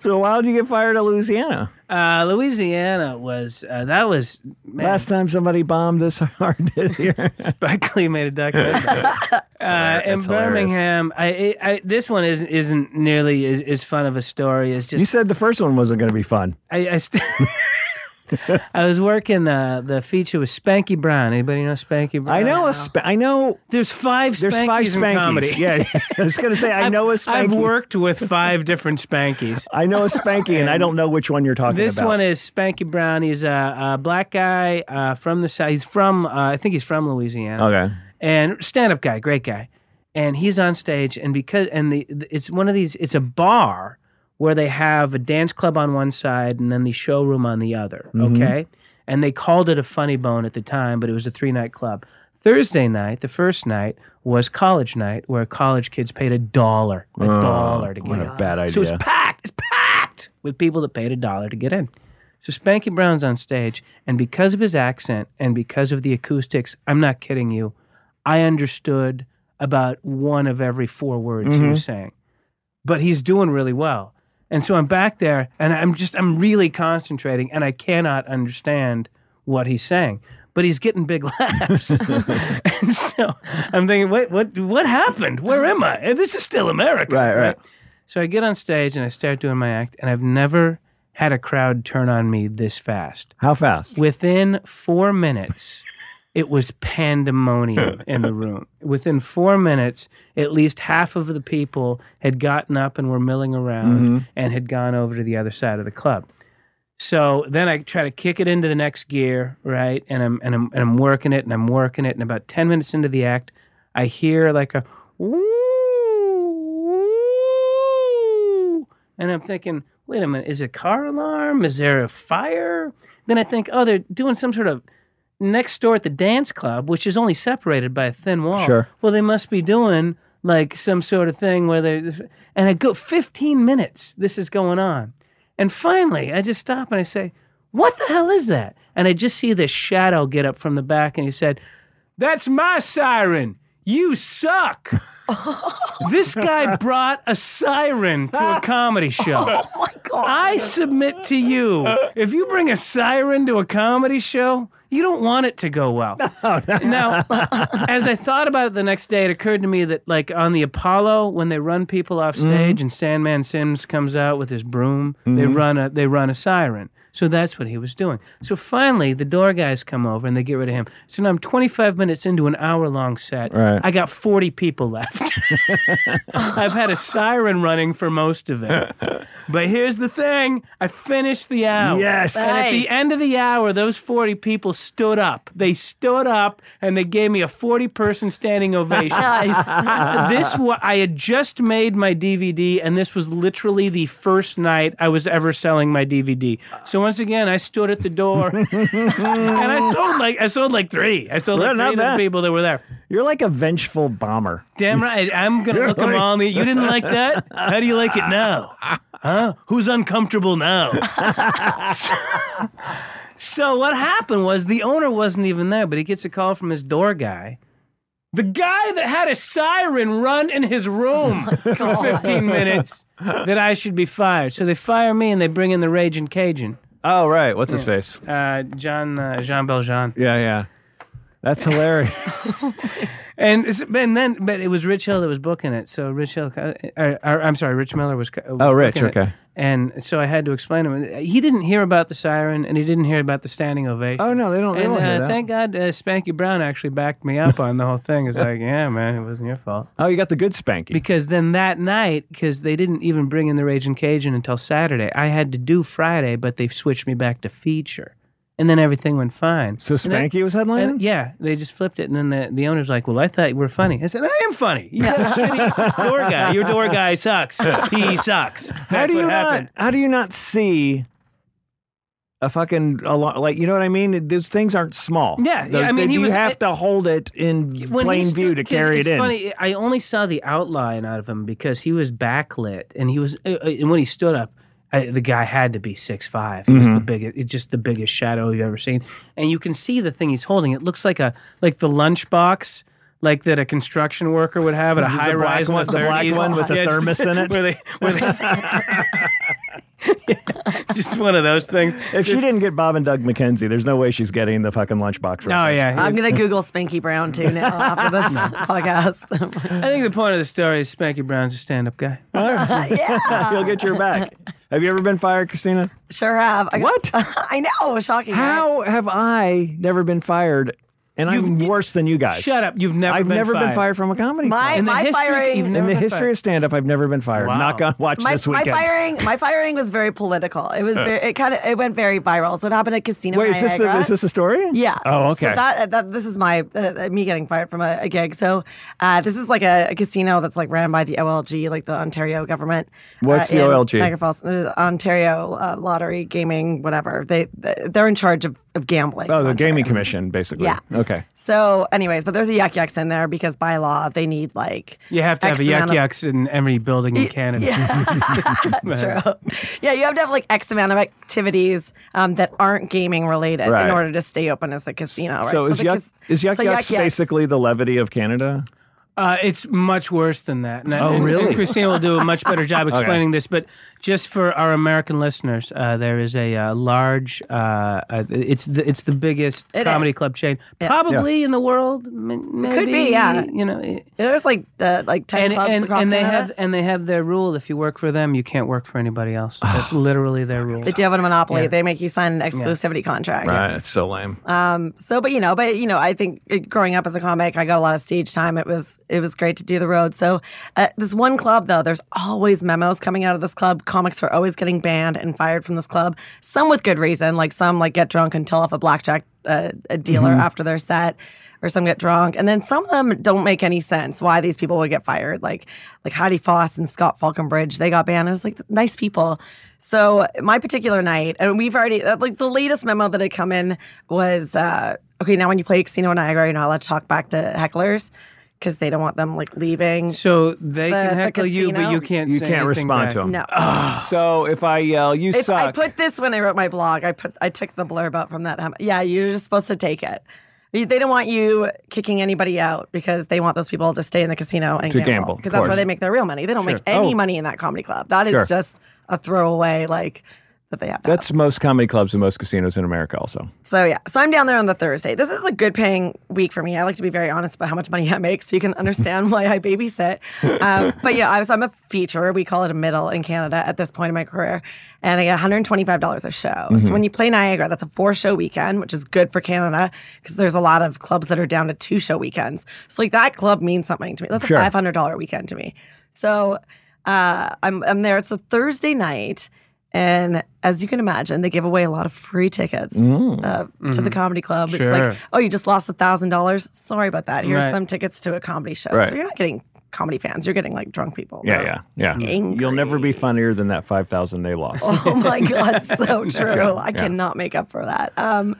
so why did you get fired at Louisiana? Uh, Louisiana was uh, that was man, Last time somebody bombed this (laughs) hard this (laughs) year. Spike Lee made a documentary. uh, in That's hilarious. Birmingham, I, I, I this one isn't isn't nearly as, as fun of a story as You just said the first one wasn't going to be fun. I. I st- (laughs) I was working uh, the feature with Spanky Brown. Anybody know Spanky Brown? I know a sp- I know There's five Spankies there's five in spankies. comedy. (laughs) Yeah, I was gonna say I know a spanky. I've worked with five (laughs) different Spankies. I know a spanky, and I don't know which one you're talking This about. one is Spanky Brown. He's a, a black guy uh, from the south. He's from, uh, I think he's from Louisiana. okay. and stand up guy, great guy. And he's on stage, and because and the it's one of these, it's a bar where they have a dance club on one side and then the showroom on the other. Mm-hmm. Okay, and they called it a funny bone at the time, but it was a three night club. Thursday night, the first night was college night, where college kids paid a dollar, a dollar to get Oh, What in. a bad idea. So it's packed. It's packed with people that paid a dollar to get in. So Spanky Brown's on stage, and because of his accent and because of the acoustics, I'm not kidding you, I understood about one of every four words he was saying. But he's doing really well. And so I'm back there and I'm just, I'm really concentrating and I cannot understand what he's saying. But he's getting big (laughs) laughs. and so I'm thinking, wait, what, what happened? Where am I? This is still America. Right, right. So I get on stage and I start doing my act, and I've never had a crowd turn on me this fast. How fast? Within four minutes, it was pandemonium in the room. Within four minutes, at least half of the people had gotten up and were milling around and had gone over to the other side of the club. So then I try to kick it into the next gear, right? And I'm and I'm and I'm working it and I'm working it. And about ten minutes into the act, I hear like a woo, and I'm thinking, wait a minute, is it a car alarm? Is there a fire? Then I think, oh, they're doing some sort of next door at the dance club, which is only separated by a thin wall. Sure. Well, they must be doing like some sort of thing where they and I go 15 minutes. This is going on, and finally I just stop and I say, "What the hell is that?" And I just see this shadow get up from the back, and he said, "That's my siren." You suck. this guy brought a siren to a comedy show. (laughs) Oh my god. I submit to you, if you bring a siren to a comedy show, you don't want it to go well. Now, as I thought about it the next day, it occurred to me that, like on the Apollo, when they run people off stage and Sandman Sims comes out with his broom, they run a they run a siren. So that's what he was doing. So finally, the door guys come over and they get rid of him. So now I'm 25 minutes into an hour long set. Right. I got 40 people left. I've had a siren running for most of (laughs) it. But here's the thing I finished the hour. Yes. And at the Nice. end of the hour, those 40 people stood up. They stood up and they gave me a 40 person standing ovation. (laughs) Nice. I, this wa- I had just made my DVD, and this was literally the first night I was ever selling my DVD. So once again, I stood at the door, (laughs) and I sold like I sold like three. I sold like Well, not three to the bad. people that were there. You're like a vengeful bomber. Damn right. I'm going to look them all in the You didn't like that? How do you like it now? Huh? Who's uncomfortable now? (laughs) so, so what happened was the owner wasn't even there, but he gets a call from his door guy. The guy that had a siren run in his room for 15 minutes that I should be fired. So they fire me and they bring in the Raging Cajun, Oh right, what's his face? uh, John uh, Jean Valjean. Yeah, yeah. That's hilarious. (laughs) And, it's- and then, but it was Rich Hill that was booking it. So Rich Hill, uh, or, or, I'm sorry, Rich Miller was. co- was Oh, Rich, booking it. okay. And so I had to explain to him. He didn't hear about the siren, and he didn't hear about the standing ovation. oh no, they don't. They And don't hear uh, that. thank God, uh, Spanky Brown actually backed me up on the whole thing. (laughs) It's like, yeah, man, it wasn't your fault. oh, you got the good spanky. Because then that night, because they didn't even bring in the Raging Cajun until Saturday, I had to do Friday, but they switched me back to feature, and then everything went fine. so And then- spanky was headlining. and yeah, they just flipped it, and then the, the owner's like, "Well, I thought you were funny." I said, "I am funny. (laughs) You got a shitty door guy. Your door guy sucks. He sucks." how That's do you not? what happened. How do you not see? A fucking a lot, like you know what I mean. Those things aren't small. Yeah, yeah, Those- I mean, they- he you was- have it- to hold it in When he plain stu- view to 'cause carry it's it in. Funny, I only saw the outline out of him because he was backlit, and he was, uh, uh, and when he stood up, I, the guy had to be six five. He was Mm-hmm. the biggest, it- just the biggest shadow you've ever seen, and you can see the thing he's holding. It looks like a like the lunchbox. Like that, a construction worker would have at a The high black rise, in one- the black 30s. one with the Yeah, just- thermos in it? (laughs) Where they, where they, (laughs) (laughs) just one of those things. If she didn't get Bob and Doug McKenzie, there's no way she's getting the fucking lunchbox. Oh (laughs) yeah, I'm gonna Google Spanky Brown too now after (laughs) this podcast. (laughs) I think the point of the story is Spanky Brown's a stand-up guy. yeah. She'll get your back. Have you ever been fired, Christina? Sure have. I, What? (laughs) I know. Shocking. right? How have I never been fired? And I'm worse than you guys. Shut up. You've never I've been never fired. been fired from a comedy. My club. the my history- firing. even in the never been history fired. of stand up, I've never been fired. Wow. Knock on watch my, this my weekend. firing (laughs) my firing was very political. It was very, it kind of it went very viral. So it happened at Casino Wait, is this the, Niagara. is this a story? Yeah. Oh, okay. So that, that this is my uh, me getting fired from a, a gig. So uh, this is like a, a casino that's like ran by the OLG, like the Ontario government. What's uh, the in OLG? Niagara Falls, uh, Ontario uh, Lottery Gaming, whatever. They they're in charge of, of gambling. oh, in the Ontario. gaming commission, basically. Yeah. Okay. So, anyways, but there's a yuck yucks in there because by law they need like You have to have X a yuck amount of- yucks in every building in Canada. (laughs) That's true. Yeah, you have to have like X amount of activities um, that aren't gaming related Right. in order to stay open as a casino. Right? So, is the yuck cas- is yuck so yucks basically the levity of Canada? Uh, it's much worse than that. And, oh, really? Christina will do a much better (laughs) job explaining this. But just for our American listeners, uh, there is a uh, large. Uh, uh, it's the, it's the biggest It comedy is. club chain, probably in the world. m- It could be, maybe, yeah. You know, it- There's like uh, like ten and clubs and, across and they Canada. have and they have their rule: if you work for them, you can't work for anybody else. (sighs) That's literally their rule. they do have a monopoly. They make you sign an exclusivity contract. Uh, Right. It's so lame. Uh, So, but you know, but you know, I think uh, growing up as a comic, I got a lot of stage time. It was it was great to do the road. So, uh, this one club though, there's always memos coming out of this club. Comics are always getting banned and fired from this club. Some with good reason, like some like get drunk and tell off a blackjack uh, a dealer after their set. Or some get drunk, and then some of them don't make any sense. Why these people would get fired? Like, like Heidi Foss and Scott Falconbridge, they got banned. It was like nice people. So my particular night, and we've already uh, like the latest memo that had come in was uh, okay. Now when you play Casino Niagara, you're not allowed to talk back to hecklers because they don't want them like leaving. so they The- the can heckle you, but casino? you can't. You say can't anything respond back. to 'em. No, (gasps) So if I yell, you It's- I suck. put this when I wrote my blog. I put I took the blurb out from that. Um, Yeah, you're just supposed to take it. You- They don't want you kicking anybody out because they want those people to stay in the casino and To gamble, gamble of because that's where course. they make their real money. They don't make Sure. any Oh. money in that comedy club. That is Sure. just a throwaway like that they have. To have. That's most comedy clubs and most casinos in America, also. So yeah, so I'm down there on the Thursday. This is a good paying week for me. I like to be very honest about how much money I make, so you can understand why I babysit. Um, but yeah, I was, I'm a feature. We call it a middle in Canada at this point in my career, and I get 125 dollars a show. So when you play Niagara, that's a four show weekend, which is good for Canada because there's a lot of clubs that are down to two show weekends. So like that club means something to me. That's Sure. a 500 dollar weekend to me. So uh, I'm I'm there. It's a Thursday night, and as you can imagine, they give away a lot of free tickets Mm. uh, to the comedy club. It's Mm-hmm. Sure. like, oh, you just lost a thousand dollars. Sorry about that. Here's Right. some tickets to a comedy show. Right. So you're not getting comedy fans. You're getting like drunk people. Yeah, They're yeah, yeah. Oh. angry. You'll never be funnier than that five thousand they lost. (laughs) Oh my god, so true. I cannot make up for that. Um,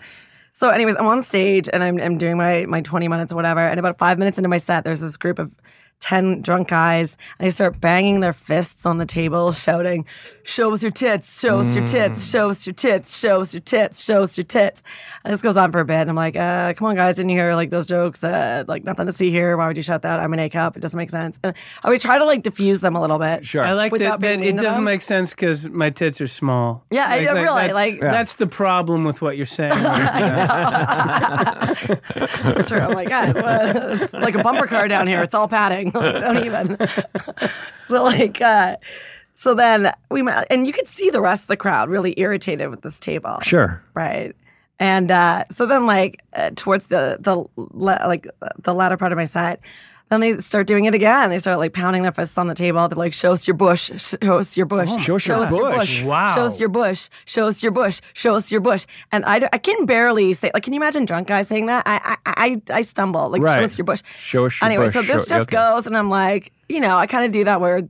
so, anyways, I'm on stage and I'm, I'm doing my my 20 minutes or whatever. And about five minutes into my set, there's this group of 10 drunk guys. And they start banging their fists on the table, shouting, "Show us your tits! Show us your tits! Show us your tits! Show us your tits! Show us your tits!" And this goes on for a bit. And I'm like, uh, "Come on, guys! Didn't you hear like those jokes? Uh, like nothing to see here. Why would you shout that? I'm an A cup. It doesn't make sense." And I would try to like diffuse them a little bit. Sure. I like that, Without being that mean it to doesn't them? make sense because my tits are small. Yeah, I- I that- realize, that's, like- Yeah. that's the problem with what (laughs) you're saying. right That's true. I'm like, guys, well, it's (laughs) like a bumper car down here. It's all padding. (laughs) Don't even. so like, uh, so then we met, and you could see the rest of the crowd really irritated with this table. Sure. Right. And uh, so then, like uh, towards the the la- like uh, the latter part of my set, then they start doing it again. They start like pounding their fists on the table. They're like, "Show us your bush! Show us your bush! Oh, Show us your bush. Wow. Show us your bush! Show us your bush! Show us your bush!" And I, d- I can barely say like, can you imagine drunk guys saying that? I I I, I stumble like, Right. "Show us your bush!" Show us your anyway, bush. so this Show- just okay. goes, and I'm like, you know, I kind of do that where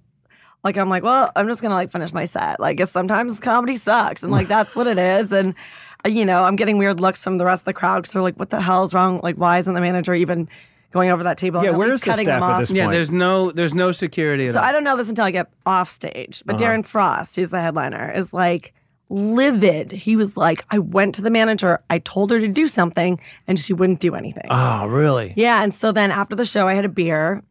like I'm like, well, I'm just gonna like finish my set. Like, 'cause sometimes comedy sucks, and like that's what it is. And uh, you know, I'm getting weird looks from the rest of the crowd because they're like, what the hell's wrong? Like, why isn't the manager even going over that table? Yeah, and at where is least the cutting staff them at off? this yeah, point? there's no there's no security at So all. I don't know this until I get off stage. Uh-huh. But Darren Frost, who's the headliner, is like livid. He was like, I went to the manager, I told her to do something, and she wouldn't do anything. oh, really? Yeah, and so then after the show, I had a beer.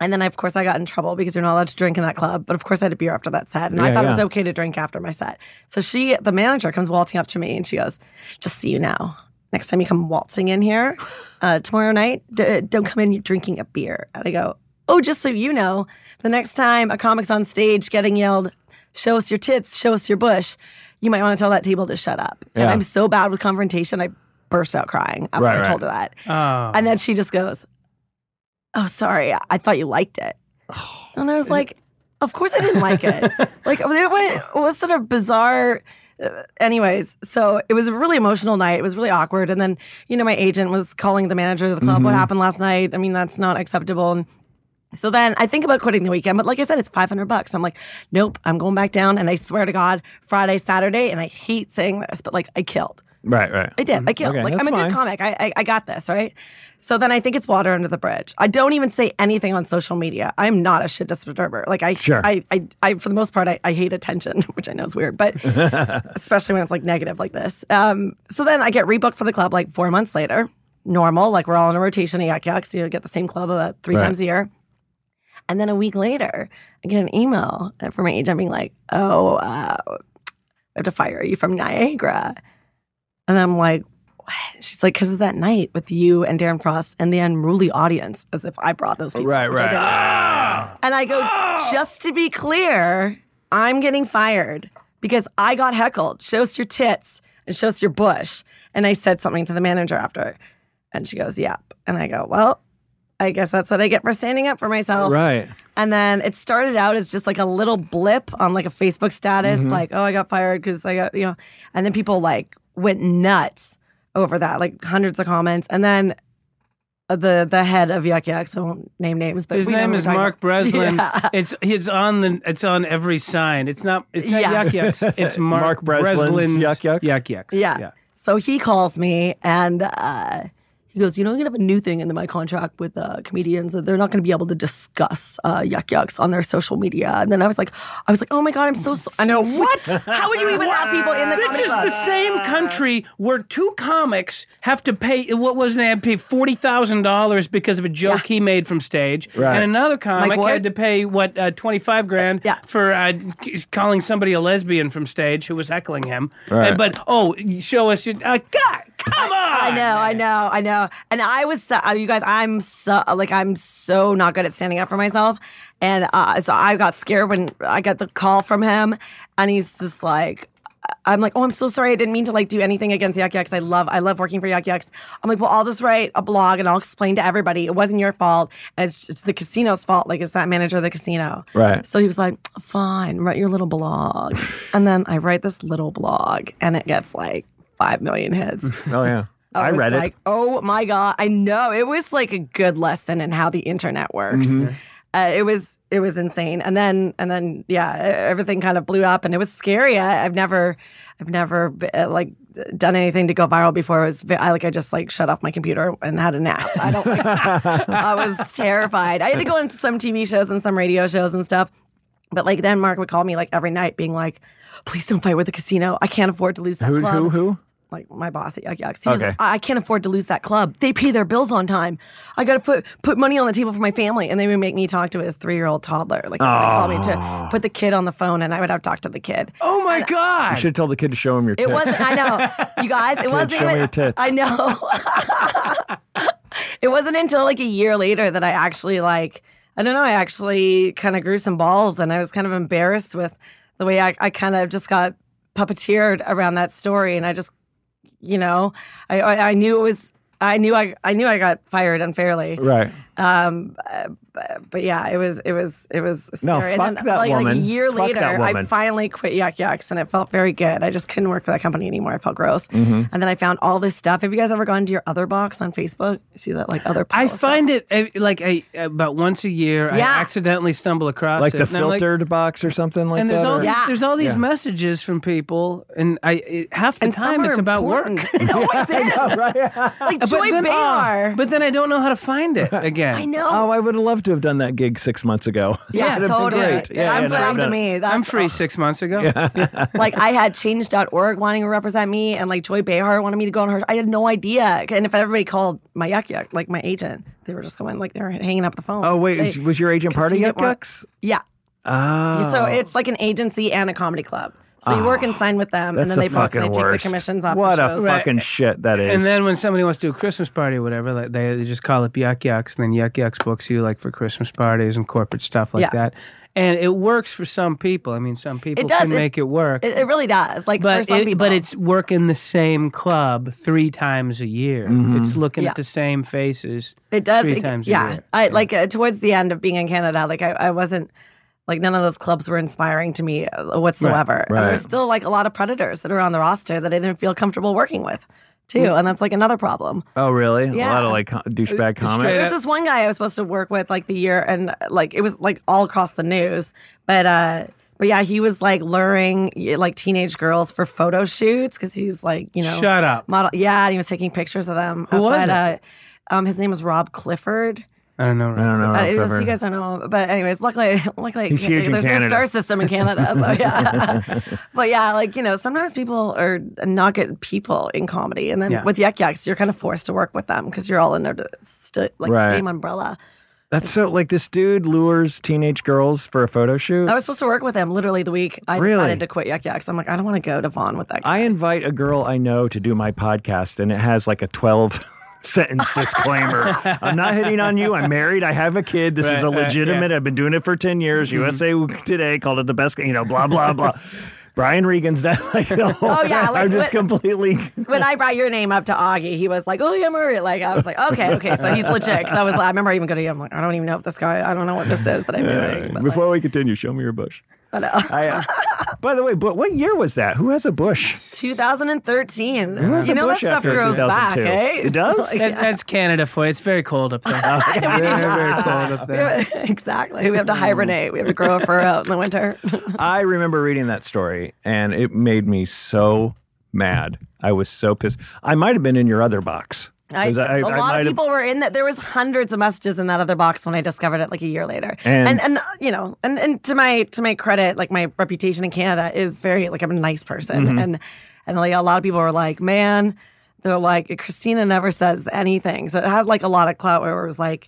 And then, of course, I got in trouble because you're not allowed to drink in that club. But of course, I had a beer after that set. And Yeah, I thought yeah. it was okay to drink after my set. So she, the manager, comes waltzing up to me and she goes, Just so you know, next time you come waltzing in here uh, tomorrow night, d- don't come in drinking a beer. And I go, Oh, just so you know, the next time a comic's on stage getting yelled, show us your tits, show us your bush, you might want to tell that table to shut up. And Yeah. I'm so bad with confrontation, I burst out crying after Right, I right. told her that. Oh. And then she just goes, Oh, sorry, I- I thought you liked it. And I was like, Of course I didn't like it. like, it wa- was sort of bizarre. uh, Anyways, so it was a really emotional night. It was really awkward. And then, you know, my agent was calling the manager of the club, What happened last night? I mean, that's not acceptable. And so then I think about quitting the weekend, but like I said, it's 500 bucks. I'm like, nope, I'm going back down. And I swear to God, Friday, Saturday, and I hate saying this, but like I killed. Right, right. I did. I killed. Mm-hmm. Okay, like that's I'm a fine. good comic. I, I I got this right. So then I think it's water under the bridge. I don't even say anything on social media. I'm not a shit disturber. Like I, Sure. I, I, I for the most part, I, I hate attention, (laughs) which I know is (laughs) weird, but especially when it's like negative like this. Um, so then I get rebooked for the club like four months later. Normal, like we're all in a rotation of yuck yucks. You know, get the same club about three Right. times a year. And then a week later, I get an email from my agent being like, "Oh, uh, I have to fire you from Niagara." And I'm like, what? She's like, because of that night with you and Darren Frost and the unruly audience, as if I brought those people. Right, which I right. Ah. didn't. (gasps) And I go, just to be clear, I'm getting fired because I got heckled. Show us your tits and show us your bush. And I said something to the manager after. And she goes, yep. And I go, well, I guess that's what I get for standing up for myself. Right. And then it started out as just like a little blip on like a Facebook status, Mm-hmm. like, oh, I got fired because I got, you know, and then people like went nuts over that, like hundreds of comments. And then uh, the the head of Yuck Yucks, I won't name names, but His we know name who is we're talking Mark about. Breslin. (laughs) Yeah. It's he's on the it's on every sign. It's not it's not Yeah. yuck yucks. (laughs) It's Mark Mark, Breslin's Yuck Yucks? yuck yucks. Yeah. So he calls me and uh, he goes, You know, I'm going to have a new thing in my contract with uh, comedians that they're not going to be able to discuss uh, Yuck Yucks on their social media. And then I was like, I was like, Oh my God, I'm so, so I know. (laughs) What? How would you even have people in the This comedy is club? the same country where two comics have to pay what was it? They had to pay forty thousand dollars because of a joke he made from stage, Right. and another comic Ward? had to pay what uh, twenty five grand Yeah. for uh, c- calling somebody a lesbian from stage who was heckling him. Right. And, but oh, show us your uh, God, come on! I know, I know, I know. And I was, so, uh, you guys, I'm so, like, I'm so not good at standing up for myself. And uh, so I got scared when I got the call from him, and he's just like, I'm like, oh, I'm so sorry. I didn't mean to like do anything against Yuck Yucks. I love, I love working for Yuck Yucks. I'm like, well, I'll just write a blog and I'll explain to everybody it wasn't your fault. And it's, it's the casino's fault. Like, it's that manager of the casino. Right. So he was like, fine, write your little blog. and then I write this little blog, and it gets like five million hits. Oh (laughs) yeah. I, was read like, it. Oh my god! I know it was like a good lesson in how the internet works. Mm-hmm. Uh, it was it was insane, and then and then yeah, e- everything kind of blew up, and it was scary. I, I've never I've never be- uh, like done anything to go viral before. It was ve- I like I just like shut off my computer and had a nap. I don't. Like, I (laughs) was terrified. I had to go into some TV shows and some radio shows and stuff. But like then Mark would call me like every night, being like, "Please don't fight with the casino. I can't afford to lose that Who? club." Who? Who? like my boss at Yuck Yucks. He goes, Okay. I I can't afford to lose that club. They pay their bills on time. I got to put put money on the table for my family, and they would make me talk to his three year old toddler. Like they would call me to put the kid on the phone, and I would have to talk to the kid. Oh my God! You should have told the kid to show him your. It tits. wasn't. I know, you guys. It wasn't show me even. your tits. I know. (laughs) it wasn't until like a year later that I actually like. I don't know. I actually kind of grew some balls, and I was kind of embarrassed with the way I, I kind of just got puppeteered around that story, and I just, you know, I I, I knew it was. I knew I, I knew I got fired unfairly, Right. but yeah, it was it was it was No, scary. fuck and then that like, like a woman. year Fuck later, that I woman. finally quit Yuck Yucks, and it felt very good. I just couldn't work for that company anymore. I felt gross, Mm-hmm. and then I found all this stuff. Have you guys ever gone to your other box on Facebook? You see that like other. I pile of stuff? find it uh, like I, about once a year I Yeah. accidentally stumble across Like it. the and I'm like, filtered box or something like and that. there's all or- these, Yeah. there's all these Yeah. messages from people, and I it, half the And some time are it's about work. important. (laughs) (laughs) it always is. Like Joy then, oh, Behar. but then I don't know how to find it again. I know. Oh, I would have loved to have done that gig six months ago. (laughs) yeah, That'd have been totally. great. Yeah, That's yeah, no, I've what happened to done it. me. That's oh. I'm free six months ago. like I had change.org wanting to represent me and like Joy Behar wanted me to go on her I had no idea. And if everybody called my yuck yuck, like my agent, they were just going like they were hanging up the phone. Oh wait, They- is- was your agent part of Casino Yuck Bar- Yucks? Yeah. Oh, Ah, So it's like an agency and a comedy club. So you work and sign with them, That's and then they the book fucking and they take the worst. commissions off What the a shows. fucking shit that is. And then when somebody wants to do a Christmas party or whatever, like they, they just call it Yuck Yucks, and then Yuck Yucks books you like for Christmas parties and corporate stuff like Yeah. that. And it works for some people. I mean, some people does. can It- make it work. It, it really does. Like for but some it- people, but it's working the same club three times a year. Mm-hmm. It's looking Yeah. at the same faces. It does. three it- times a yeah. year. I like uh, towards the end of being in Canada, like I, I wasn't like none of those clubs were inspiring to me uh, whatsoever. And right. there's still like a lot of predators that are on the roster that I didn't feel comfortable working with Mm. too. And that's like another problem. oh, really? A Yeah. lot of like co- douchebag straight comments. There's this one guy I was supposed to work with like the year and uh, like it was like all across the news. But uh but yeah, he was like luring y- like teenage girls for photo shoots because he's like, you know, Shut up. model. Yeah, and he was taking pictures of them. Who was outside, Uh, um, his name was Rob Clifford. I don't know. I (laughs) don't know. Uh, it's just- Trevor. you guys don't know, but anyways, luckily, (laughs) luckily, He's huge in there's Canada. no star system in Canada, so yeah. (laughs) (laughs) but yeah, like you know, sometimes people are not good people in comedy, and then Yeah. with Yuck Yucks, you're kind of forced to work with them because you're all under the st- like Right. same umbrella. That's so like this dude lures teenage girls for a photo shoot. I was supposed to work with him literally the week I Really? decided to quit Yuck Yucks. I'm like, I don't want to go to Vaughn with that. I Guy. invite a girl I know to do my podcast, and it has like a 12 (laughs) sentence disclaimer. I'm not hitting on you. I'm married. I have a kid. This is Right, a right, yeah. legitimate. I've been doing it for 10 years. USA Today called it the best, you know, blah, blah, (laughs) blah. Brian Regan's not (laughs) like, oh, yeah, (laughs) like, I'm just what- completely. when I brought your name up to Augie, he was like, "Oh yeah, Murray." Like I was like, "Okay, okay." So he's legit. Because I was, I remember even going to him like, "I don't even know if this guy. I don't know what this is that I'm doing." But, like, Before we continue, show me your bush. but, uh, I, uh, by the way, but what year was that? Who has a bush? 2013. has You a know that bush stuff after grows back, 2002? eh? It does? (laughs) It's That's, like- that's Canada for you. It's very cold up (laughs) there. very, very cold up there. (laughs) exactly. We have to hibernate. We have to grow a fur out in the winter. (laughs) I remember reading that story and it made me so mad. I was so pissed. I might have been in your other box. I, 'Cause a lot might of have- people were in that. There was hundreds of messages in that other box when I discovered it like a year later. And- and, and uh, you know, and, and to my to my credit, like my reputation in Canada is very like I'm a nice person, Mm-hmm. and and like a lot of people were like, man. They're like Christina never says anything, so it had like a lot of clout where it was like,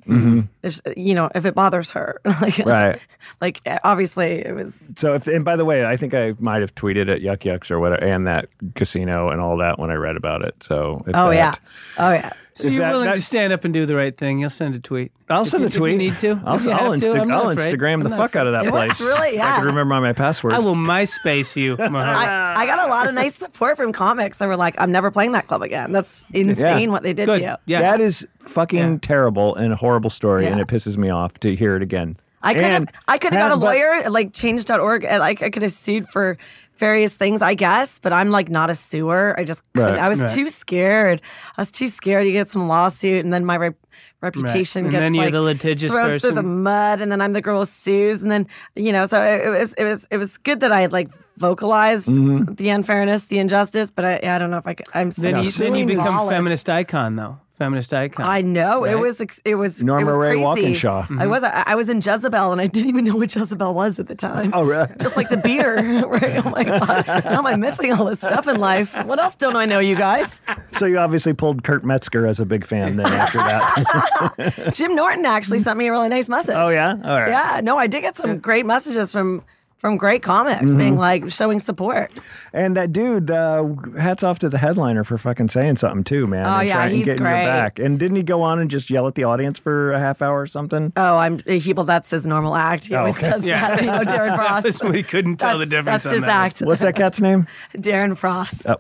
if, you know, if it bothers her, (laughs) like, (laughs) Mm-hmm. Right. like obviously it was So, if, and by the way, I think I might have tweeted at Yuck Yucks or whatever, and that casino and all that when I read about it. So, if Oh that- yeah. Oh yeah. So you're that- willing to that- stand up and do the right thing? You'll send a tweet. I'll If send you- a tweet. If you need to. I'll, If you I'll have to, Insta- I'm not I'll afraid. Instagram the I'm not fuck out of that It was place. really- If I yeah. can remember my password. I will MySpace (laughs) you. Mahar. I, I got a lot of nice support from comics that were like, I'm never playing that club again. That's insane Yeah. what they did Good. to you. Yeah. That is fucking Yeah. terrible and a horrible story, and Yeah. it pisses me off to hear it again. I could have And I could have got a have- but- lawyer at like change.org and like I could have sued for various things, I guess, but I'm like not a sewer. I just couldn't. Right. I was Right. too scared. I was too scared to get some lawsuit and then my re- reputation And gets then you're like, the litigious thrown through the person. mud and then I'm the girl who sues and then you know, so it, it was it was it was good that I had like vocalized the unfairness, the injustice, but I I don't know if I could I'm so Mm-hmm. Then you, then you so become lawless. feminist icon, though. Feminist icon. (laughs) I know it Right? was ex- it was Norma it was Ray crazy. Walkinshaw. Mm-hmm. I was I, I was in Jezebel and I didn't even know what Jezebel was at the time. Oh, really? Just like the beer. (laughs) right? I'm like, "Wow, how am I missing all this stuff in life? What else don't I know, you guys? So, you obviously pulled Kurt Metzger as a big fan then after (laughs) that. Jim Norton actually sent me a really nice message. oh, yeah? All right. yeah. No, I did get some great messages from from great comics Mm-hmm. being like showing support. And that dude, uh, hats off to the headliner for fucking saying something too, man. Oh, and yeah, trying- and he's getting great. Your back. And didn't he go on and just yell at the audience for a half hour or (laughs) something? Oh, I'm he. Well, that's his normal act. He always Oh, okay. does that. (laughs) You know, Darren Frost. we couldn't tell the That's- difference. That's on his that. act. What's that cat's name? Darren Frost. Oh,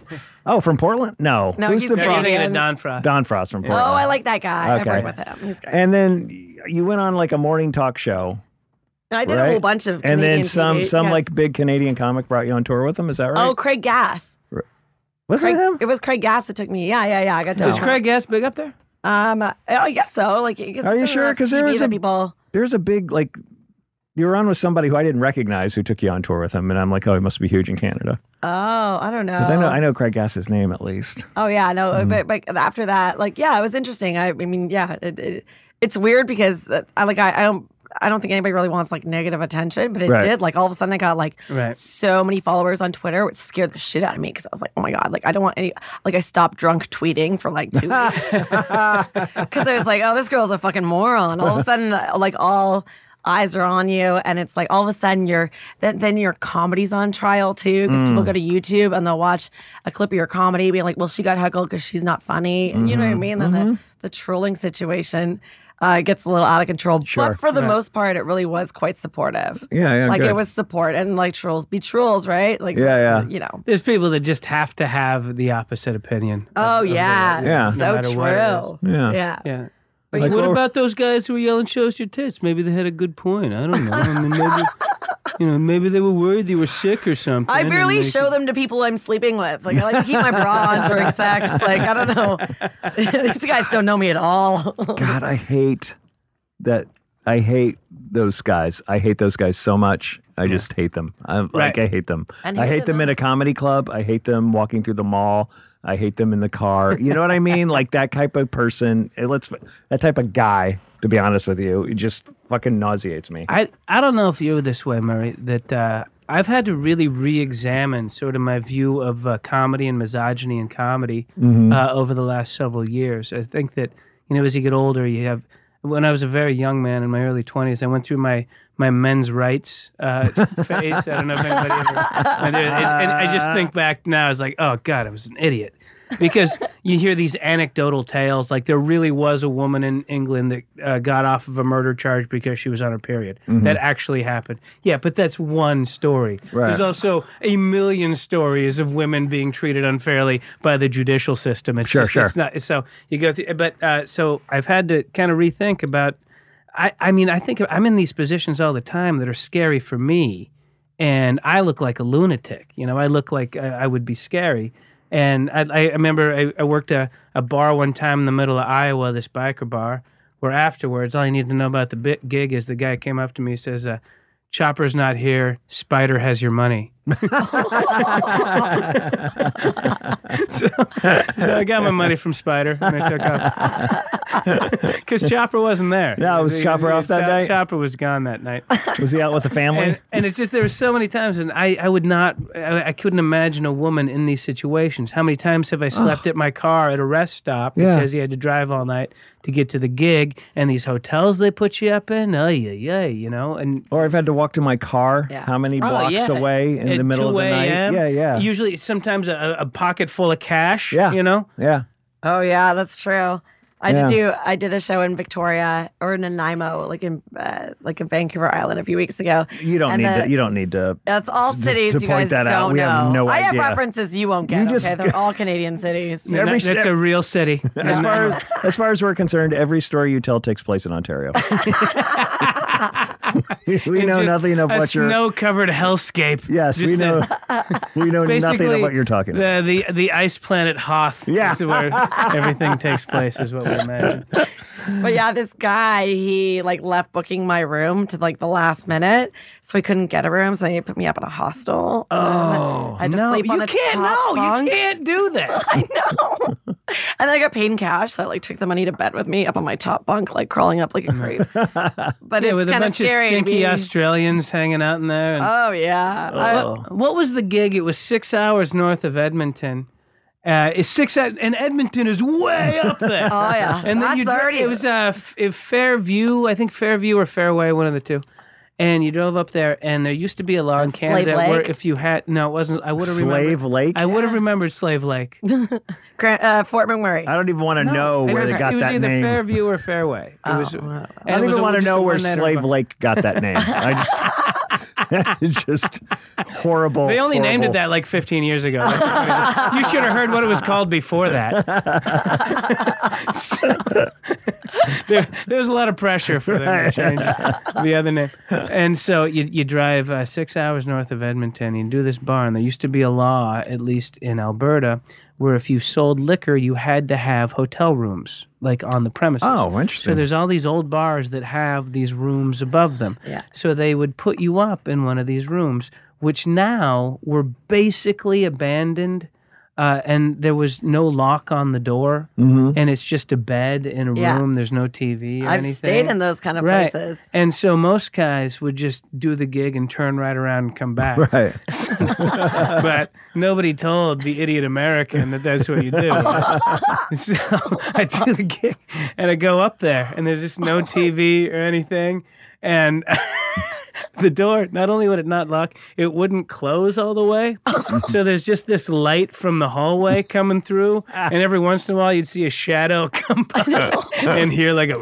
oh from Portland? No. No, Who's he's the Don- One. You're Frost? Canadian. thinking of Don Frost. Don Frost from Portland. Oh, I like that guy. Okay. I've worked with him. He's great. And then you went on like a morning talk show, I did right? a whole bunch of and Canadian then some. TV, Some yes. like big Canadian comic brought you on tour with him. Is that right? oh Craig Gass. was Craig, it him? It was Craig Gass that took me. Yeah, yeah, yeah. I got to. Is Craig Gass big up there? Um, uh, I guess so. Like, I guess Are you it's sure? enough 'Cause there TV was that a- people. There's a big like. You were on with somebody who I didn't recognize who took you on tour with him, and I'm like, oh, he must be huge in Canada Oh, I don't know. 'Cause I know I know Craig Gass's name at least. (laughs) Oh yeah, no, but, but after that, like, yeah, it was interesting. I, I mean, yeah, it, it, it's weird because uh, I like I, I don't. I don't think anybody really wants like negative attention, but it Right. did. Like all of a sudden, I got like Right. so many followers on Twitter, which scared the shit out of me because I was like, "Oh my god!" Like I don't want any. Like I stopped drunk tweeting for like two weeks because I was uh, like, "Oh, this girl's a fucking moron." All of a sudden, like all eyes are on you, and it's like all of a sudden you're then then your comedy's on trial too because Mm. people go to YouTube and they'll watch a clip of your comedy, being like, "Well, she got heckled because she's not funny," and you know what I Mm-hmm. mean. Then the, the trolling situation. Uh, gets a little out of control, Sure. but for the most part, it really was quite supportive. Yeah, yeah, like good. it was support and like trolls be trolls, right? Like, Yeah, yeah. you know. There's people that just have to have the opposite opinion. Oh yeah, Yeah. so No matter what it true. is. Yeah. yeah. Yeah. But Like, what well- about those guys who were yelling, "Show us your tits"? Maybe they had a good point. I don't know. I mean, maybe you know, maybe they were worried they were sick or (laughs) something. I barely and they show could- them to people I'm sleeping with. Like I like to keep my bra (laughs) on during sex. Like I don't know. (laughs) These guys don't know me at all. (laughs) God, I hate that. I hate those guys. I hate those guys so much. I just hate them. I, Like Right. I hate them. And I who hate did them in a comedy club. I hate them walking through the mall. I hate them in the car. You know what I mean? Like that type of person. It let's that type of guy. To be honest with you, it just fucking nauseates me. I I don't know if you're this way, Murray. That uh, I've had to really re-examine sort of my view of uh, comedy and misogyny and comedy uh, over the last several years. I think that you know, as you get older, you have. When I was a very young man in my early twenties, I went through my my men's rights uh, (laughs) phase. I don't know if anybody ever. went there. And, and I just think back now, I was like, oh god, I was an idiot. because you hear these anecdotal tales like there really was a woman in England that uh, got off of a murder charge because she was on her period. Mm-hmm. That actually happened. Yeah, but that's one story. There's also a million stories of women being treated unfairly by the judicial system. It's Sure, just, sure. It's not, so you go through, but uh, so I've had to kind of rethink about. I, I mean, I think I'm in these positions all the time that are scary for me and I look like a lunatic. You know, I look like I, I would be scary. And I, I remember I, I worked a, a bar one time in the middle of Iowa, this biker bar, where afterwards all you need to know about the bit gig is the guy came up to me and says, uh, "Chopper's not here. Spider has (laughs) your money." (laughs) so, so I got my money from Spider and I took off (laughs) because Chopper wasn't there. No, was Chopper off that night? Chopper was gone that night Was he out with the family? and, and it's just there were so many times, and I, I would not, I, I couldn't imagine a woman in these situations. How many times have I slept at my car at a rest stop Yeah. because you had to drive all night to get to the gig, and these hotels they put you up in, oh yeah, yeah, you know, and or I've had to walk to my car. Yeah. How many blocks Oh, yeah. away in At the middle of 2 the night? a.m., Yeah, yeah, Usually, sometimes a, a pocket full of cash, Yeah. you know. yeah. Oh yeah, that's true. I Yeah. did do. I did a show in Victoria or in Nanaimo, like in uh, like in Vancouver Island a few weeks ago. You don't And need the- to. You don't need to. That's all To- cities to you point guys that don't out, we know. have no I have idea. references you won't get. You just- okay, they're all Canadian cities. And (laughs) Every that- that's step- a real (laughs) city. As far as, (laughs) as far as we're concerned, every story you tell takes place in (laughs) Ontario. (laughs) we know Just nothing of a what you're. snow-covered hellscape. Yes, we Just a- know. (laughs) we know nothing of what you're talking about. the, The the ice planet Hoth Yeah. is (laughs) where everything takes place, is what we imagine. But yeah, this guy, he like left booking my room to like the last minute. So he couldn't get a room. So he put me up in a hostel. Oh, I had to sleep on you a can't. top No, bunk. you can't do (laughs) that. No. (laughs) and then I got paid in cash. So I like took the money to bed with me up on my top bunk, like crawling up like a (laughs) creep. But yeah, it's with a kind bunch of scary. to stinky be- Australians hanging out in there. And, Oh, yeah. I- Uh, what, what was the gig? It was six hours north of Edmonton. Uh, it's six at, and Edmonton is (laughs) way up there. oh, yeah. and then That's you dri- already. it was uh, F- if Fairview, I think Fairview or Fairway, one of the two. And you drove up there, and there used to be a law in Slave Canada where Lake? if you had no, it wasn't. I would have Slave remembered. Lake. I I, would have remembered Slave (laughs) Lake. Grant, uh, Fort McMurray. don't even want to know It where was- they got it was that either name. Fairview or (laughs) Fairway. It was, I I don't even want to know where Slave Lake got that (laughs) name. I just. (laughs) it's just horrible. They only named it horrible. that like 15 years ago. (laughs) you should have heard what it was called before that. So- there, there was a lot of pressure for them to change it, the other name. And so you, you drive uh, six hours north of Edmonton, you do this bar, and there used to be a law, at least in Alberta, where if you sold liquor, you had to have hotel rooms, like on the premises. Oh, interesting. So there's all these old bars that have these rooms above them. Yeah. So they would put you up in one of these rooms, which now were basically abandoned. Uh, and there was no lock on the door, Mm-hmm. and it's just a bed in a Yeah. room. There's no TV. Or I've anything. stayed in those kind of right. places. And so most guys would just do the gig and turn right around and come back. Right. (laughs) but nobody told the idiot American that that's what you do. so I do the gig and I go up there, and there's just no TV or anything. and (laughs) the door not only would it not lock, it wouldn't close all (laughs) the way. so there's just this light from the hallway coming through, Ah. and every once in a while you'd see a shadow (laughs) come by and hear like (laughs) a.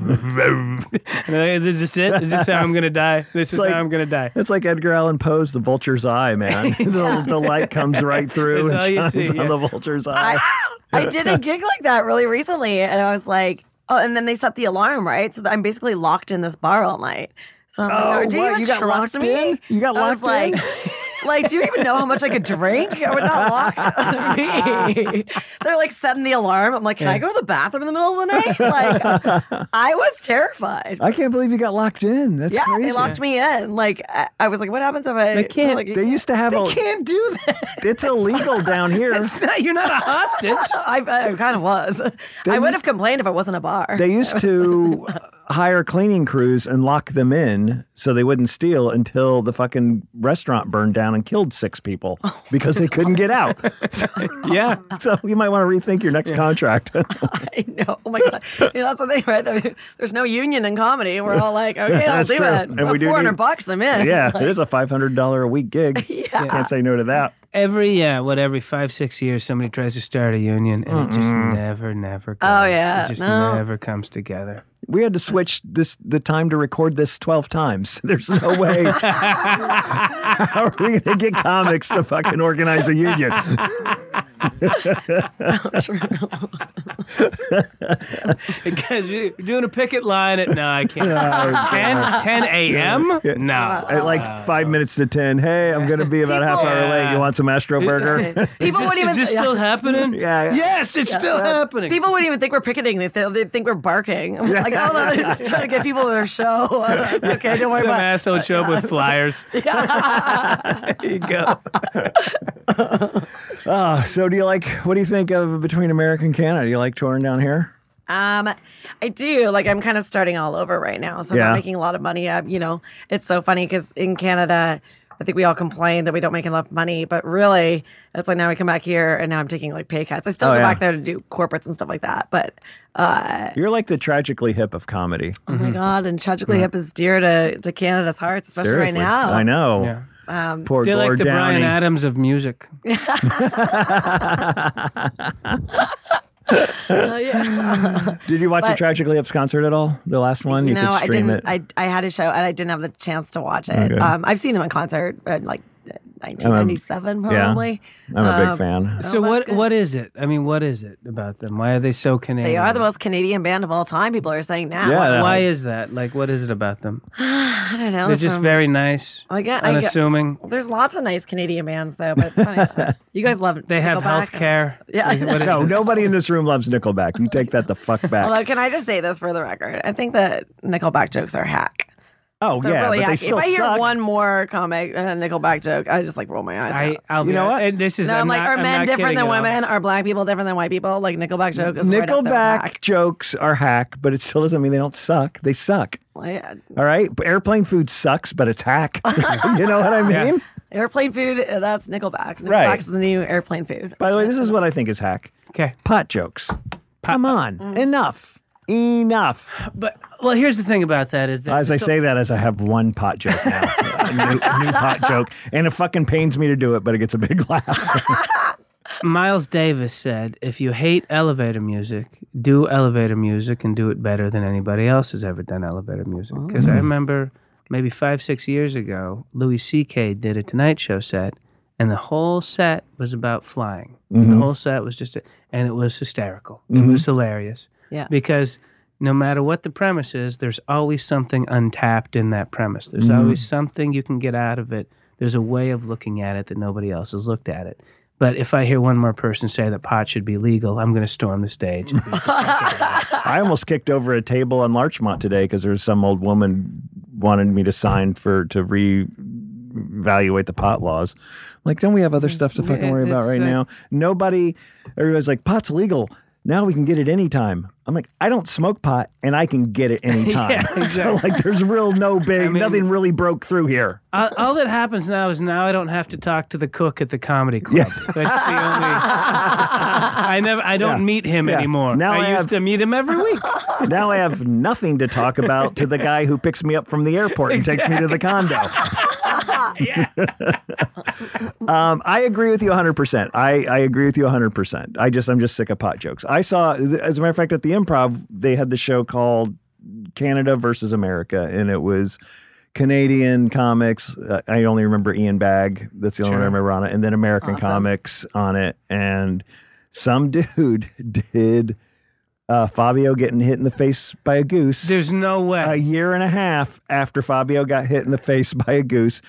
and they're like, is this it? Is this how I'm gonna die? This is like- how I'm gonna die. It's like Edgar Allan Poe's The Vulture's Eye, man. the, the light comes right through That's all and you shines see, on yeah. the vulture's eye. (laughs) I, I did a gig like that really recently, and I was like, oh, and then they set the alarm, right? So I'm basically locked in this bar all night. So I'm like, oh, do you what? even You got trust locked me? in? You got I was locked in? like, like, do you even know how much I could drink? I would (laughs) not lock me. They're like setting the alarm. I'm like, can I go to the bathroom in the middle of the night? (laughs) Like, I was terrified. I can't believe you got locked in. That's yeah, crazy. they locked me in. Like, I, I was like, what happens if I? They can't- Like, They used to have a. Can't do that. It's illegal down here. You're not a hostage. I, I kind of was. I would used- have complained if it wasn't a bar. They used to hire cleaning crews and lock them in so they wouldn't steal until the fucking restaurant burned down and killed six people because they couldn't get out. (laughs) So, (laughs) Yeah. so you might want to rethink your next contract. (laughs) I know. Oh my god. You know, that's the thing, right? There- There's no union in comedy. We're all like, okay, I'll That's do true. it. And we do Four hundred need- bucks, I'm in. yeah, it is a five hundred dollar a week gig. Yeah. Can't say no to that. every yeah, what every five six years somebody tries to start a union and it just never never. Goes. Oh, yeah. it just No. never comes together. We had to switch this the time to record this twelve times. (laughs) There's no way. How are we gonna get comics to fucking organize a union? Oh, Because you're doing a picket line at no, I (laughs) can't. 10, 10 a.m. Ah, No, At like five minutes to ten. Hey, I'm gonna be about a half hour late. You want some Astro (laughs) (laughs) Burger? (laughs) Okay. People is this, wouldn't is even. this yeah. still happening? Yeah. Yes, it's still happening. People wouldn't even think we're picketing. They th- they think (laughs) we're barking. I'm like, oh no, they're just trying to get people to their show. (laughs) It's okay, don't worry Some about asshole show up with flyers. There you go. (laughs) Ah, so do you like? What do you think of between America and Canada? Do you like touring down here? it. Um, I do. Like, I'm kind of starting all over right now, so I'm Yeah. not making a lot of money. i you know, it's so funny because in Canada. I think we all complain that we don't make enough money, but really, it's like now we come back here and now I'm taking like pay cuts. I still Oh, go yeah. back there to do corporates and stuff like that, but You're like the tragically hip of comedy. Oh my god! And tragically hip is dear to, to Canada's hearts, especially Hmm. Seriously, right now. I know. Poor They're Gord like the Downey. Brian Adams of music. Uh, (laughs) yeah. Did you watch the But- Tragically Hip's concert at all? The last one? you no, could I stream didn't. it. I, I had a show and I didn't have the chance to watch it. Okay. Um, Um, I've seen them in concert in like 1997, yeah. probably. I'm a Um, big fan. so that's what? good. What is it? I mean, what is it about them? Why are they so Canadian? They are the most Canadian band of all time. People are saying now. Yeah. Why is that? Like, what is it about them? I don't know. They're just from- very nice, Um, I get- I get- unassuming. There's lots of nice Canadian bands though, but it's (laughs) funny. you guys love. They have Nickelback. health care. Yeah. No, nobody in this room loves Nickelback. You take that the fuck back. Although, can I just say this for the record? I think that Nickelback jokes are hack. Oh They're yeah, really but they hacky. still if I hear suck. one more comic uh, Nickelback joke, I just like roll my eyes. I, out. I'll You be know hon- what? and This is No, I'm, like, not- are I'm men not different kidding than at all. women? Are black people different than white people? Like Nickelback joke is right up there with Nickelback hack. jokes are hack, but it still doesn't mean they don't suck. They suck. Yeah. All right, airplane food sucks, but it's (laughs) hack. you know what I mean? Yeah. Airplane food. uh, That's Nickelback. Nickelback's Right. the new airplane food. By the way, this is what I think is hack. Okay, Pot jokes. Come on, Mm. enough, enough. (laughs) but well, here's the thing about that is that As I so- say that, as I have one pot joke (laughs) now, a, new, a new pot joke, and it fucking pains me to do it, but it gets a big (laughs) laugh. Miles Davis said, if you hate elevator music, do elevator music and do it better than anybody else has ever done elevator music. Because I remember maybe five, six years ago, Louis C.K. did a Tonight Show set, and the whole set was about flying. The whole set was just, and it was hysterical. It was hilarious. Yeah. Because no matter what the premise is, there's always something untapped in that premise. There's Mm-hmm. always something you can get out of it. There's a way of looking at it that nobody else has looked at it. But if I hear one more person say that pot should be legal, I'm going to storm the (laughs) stage. and be- I almost kicked over a table on Larchmont today because there was some old woman wanted me to sign for to re evaluate the pot laws. I'm like, don't we have other stuff to fucking worry about that's right right. now? Nobody, everybody's like, pot's legal. now we can get it anytime. I'm like, I don't smoke pot and I can get it anytime. (laughs) so like there's real no big nothing really broke through here. all, all that happens now is now I don't have to talk to the cook at the comedy club. That's the (laughs) only. I never. I don't Yeah. meet him Yeah. anymore. Now I, I used have- to meet him every (laughs) week. now I have nothing to talk about to the guy who picks me up from the airport and takes me to the condo. um, I agree with you 100%. I, I agree with you 100%. I just, I'm just sick of pot jokes. I saw, as a matter of fact, at the improv, they had the show called Canada versus America, and it was Canadian comics. Uh, I only remember Ian Bagg. That's the only one I remember on it. And then American Awesome. comics on it. And some (laughs) dude did uh, Fabio getting hit in the face by a goose There's no way. a year and a half after Fabio got hit in the face (laughs) by a goose.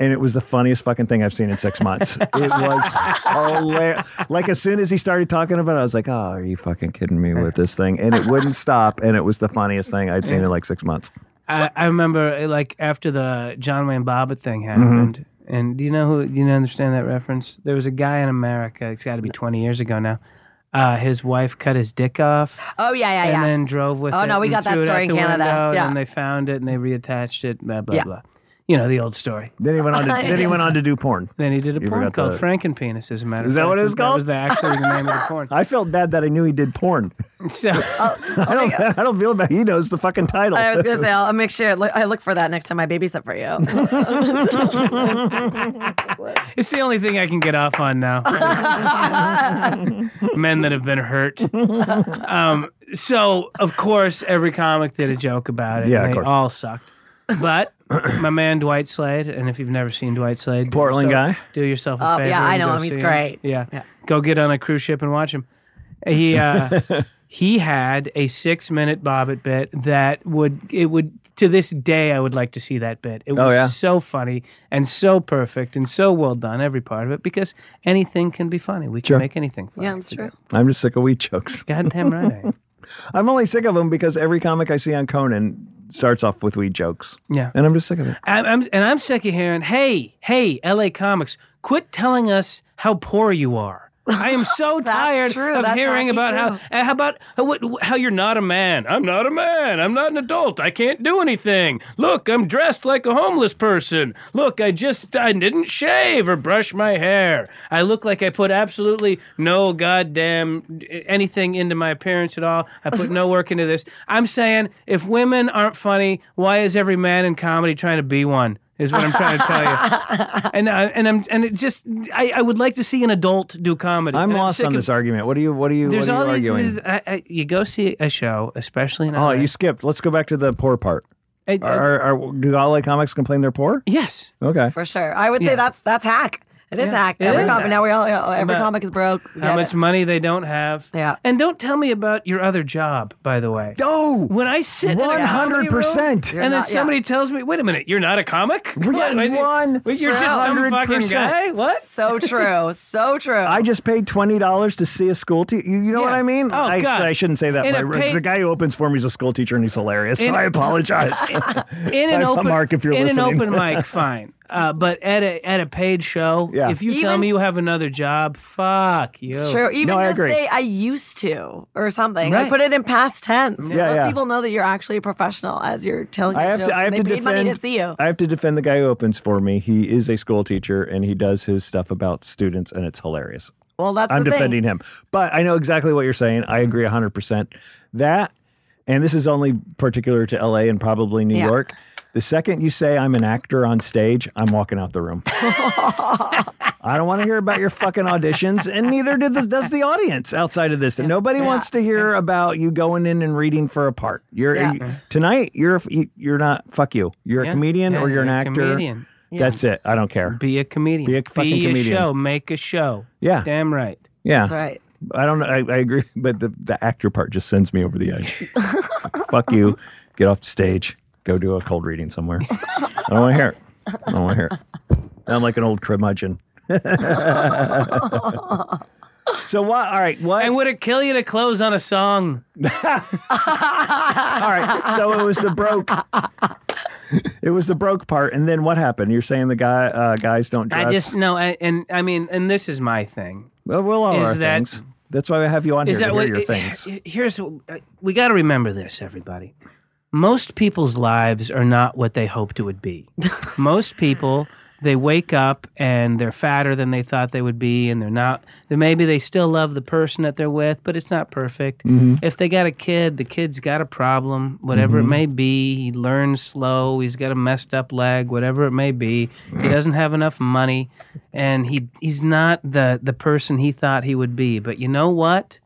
And it was the funniest fucking thing I've seen in six (laughs) months. It was hilarious. Like as soon as he started talking about it, I was like, "Oh, are you fucking kidding me with this thing?" And it (laughs) wouldn't stop. And it was the funniest thing I'd seen in like six months. I, I remember uh, like after the John Wayne Bobbitt thing Mm-hmm. happened. And do you know who? Do you understand that reference? There was a guy in America. It's got to be 20 years ago now. Uh, his wife cut his dick off Oh yeah, yeah, and yeah. then drove with Oh, it. no, we and got that threw it story out in the Canada. window, Yeah. And they found it and they reattached it. Blah blah Yeah. blah. You know the old story. Then he went (laughs) on to then he went on to do porn. Then he did a You porn forgot called the- Frankenpenis. As a matter Is of that fact, what it was That was the, actually the name of the (laughs) porn. I felt bad that I knew he did porn. (laughs) So I don't I don't feel bad. He knows the fucking title. Oh I was (laughs) gonna say I'll, I'll make sure look, I look for that next time I babysit for you. (laughs) it's the only thing I can get off on now. Men that have been hurt. Um, so of course, every comic did a joke about it. Yeah, and of they course. all sucked. But my man Dwight Slade, and if you've never seen Dwight Slade, do (laughs) Portland yourself- guy? do yourself a Oh, favor. yeah, I and know go him. He's see great. Yeah. go get on a cruise ship and watch him. He uh, he had a six minute Bobbit bit that would it would to this day I would like to see that bit. It was yeah. so funny and so perfect and so well done every part of it because anything can be funny. We can make anything funny. yeah, that's true. I'm just sick of weed jokes. Goddamn right. I (laughs) am. I'm only sick of them because every comic I see on Conan starts off with weed jokes. Yeah. And I'm just sick of it. I'm, I'm, and I'm sick of hearing, hey, hey, LA Comics, quit telling us how poor you are. I am so (laughs) That's tired true. of That's hearing me about too. how uh, how about how, what, how you're not a man. I'm not a man. I'm not an adult. I can't do anything. Look, I'm dressed like a homeless person. Look, I just I didn't shave or brush my hair. I look like I put absolutely no goddamn eh, anything into my appearance at all. I put no work into this. I'm saying if women aren't funny, why is every man in comedy trying to be one? Is what I'm trying to tell (laughs) you. And I, and I'm and it just I, I would like to see an adult do comedy. I'm And lost sick on of- this argument. What are you? What are you? What there's are you all these. arguing? these- uh, I, I, you go see a show, especially in. oh, LA. you skipped. Let's go back to the poor part. I- I- Are, are, are do all like comics complain they're poor? yes. Okay. For sure. I would say that's that's hack. It is Yeah, hack. it every is comic hack. now we all every But comic is broke. We How get much it. money they don't have. Yeah. And don't tell me about your other job, by the way. Oh, When I sit in a comedy room 100%. and then not- yeah. somebody tells me, "Wait a minute, you're not a comic? got What? one Wait, You're just some fucking 100%. guy? (laughs) What? So true. (laughs) So true. I just paid twenty dollars to see a school teacher. You, you know what Yeah. I mean? Oh, I, God. I shouldn't say that. In a My- paid- the guy who opens for me is a school teacher, and he's hilarious. so In- (laughs) I apologize. in an Sorry, open Mark, if you're in listening. (laughs) an open mic, fine. Uh, but at a at a paid show, Yeah. if you tell Even- me you have another job, fuck you. it's true. Even No, I just agree. say I used to or something. Like Right. put it in past tense. Yeah, Let yeah. people know that you're actually a professional as you're (laughs) telling I your have jokes. to. I have and to they paid defend. money to see you. I have to defend the guy who opens for me. He is a school teacher, and he does his stuff about students, and it's hilarious. Well, that's I'm the thing. defending him. But I know exactly what you're saying. I agree 100%. That, and this is only particular to LA and probably New Yeah. York. The second you say I'm an actor on stage, I'm walking out the (laughs) room. I don't want to hear about your fucking auditions, and neither did the, does the audience outside of this. Nobody wants to hear about you going in and reading for a part. You're Yeah. you- tonight. You're you're not. Fuck you. You're Yeah. a comedian Yeah, or you're, an you're a actor. comedian. That's it. I don't care. Be a comedian. Be a fucking comedian. show. Make a show. Yeah. Damn right. Yeah. That's right. I don't know. I, I agree, (laughs) but the, the actor part just sends me over the edge. (laughs) Fuck you. Get off the stage. Go do a cold reading somewhere. I don't want to hear it. I don't want to hear it. I'm like an old curmudgeon. (laughs) so what? All right. What? And would it kill you to close on a song? all right. So it was the broke. It was the broke part, and then what happened? You're saying the guy uh, guys don't dress. I just no. I, and I mean, and this is my thing. well, well all is our that things. That's why I have you on Is here that to what? hear your things. Here's we got to remember this, everybody. Most people's lives are not what they hoped it (laughs) would be. Most people they wake up and they're fatter than they thought they would be, and they're not. Then maybe they still love the person that they're with, but it's not perfect. Mm-hmm. If they got a kid, the kid's got a problem, whatever it may be. He learns slow. He's got a messed up leg, whatever it may be. He doesn't have enough money, and he he's not the the person he thought he would be. But you know what?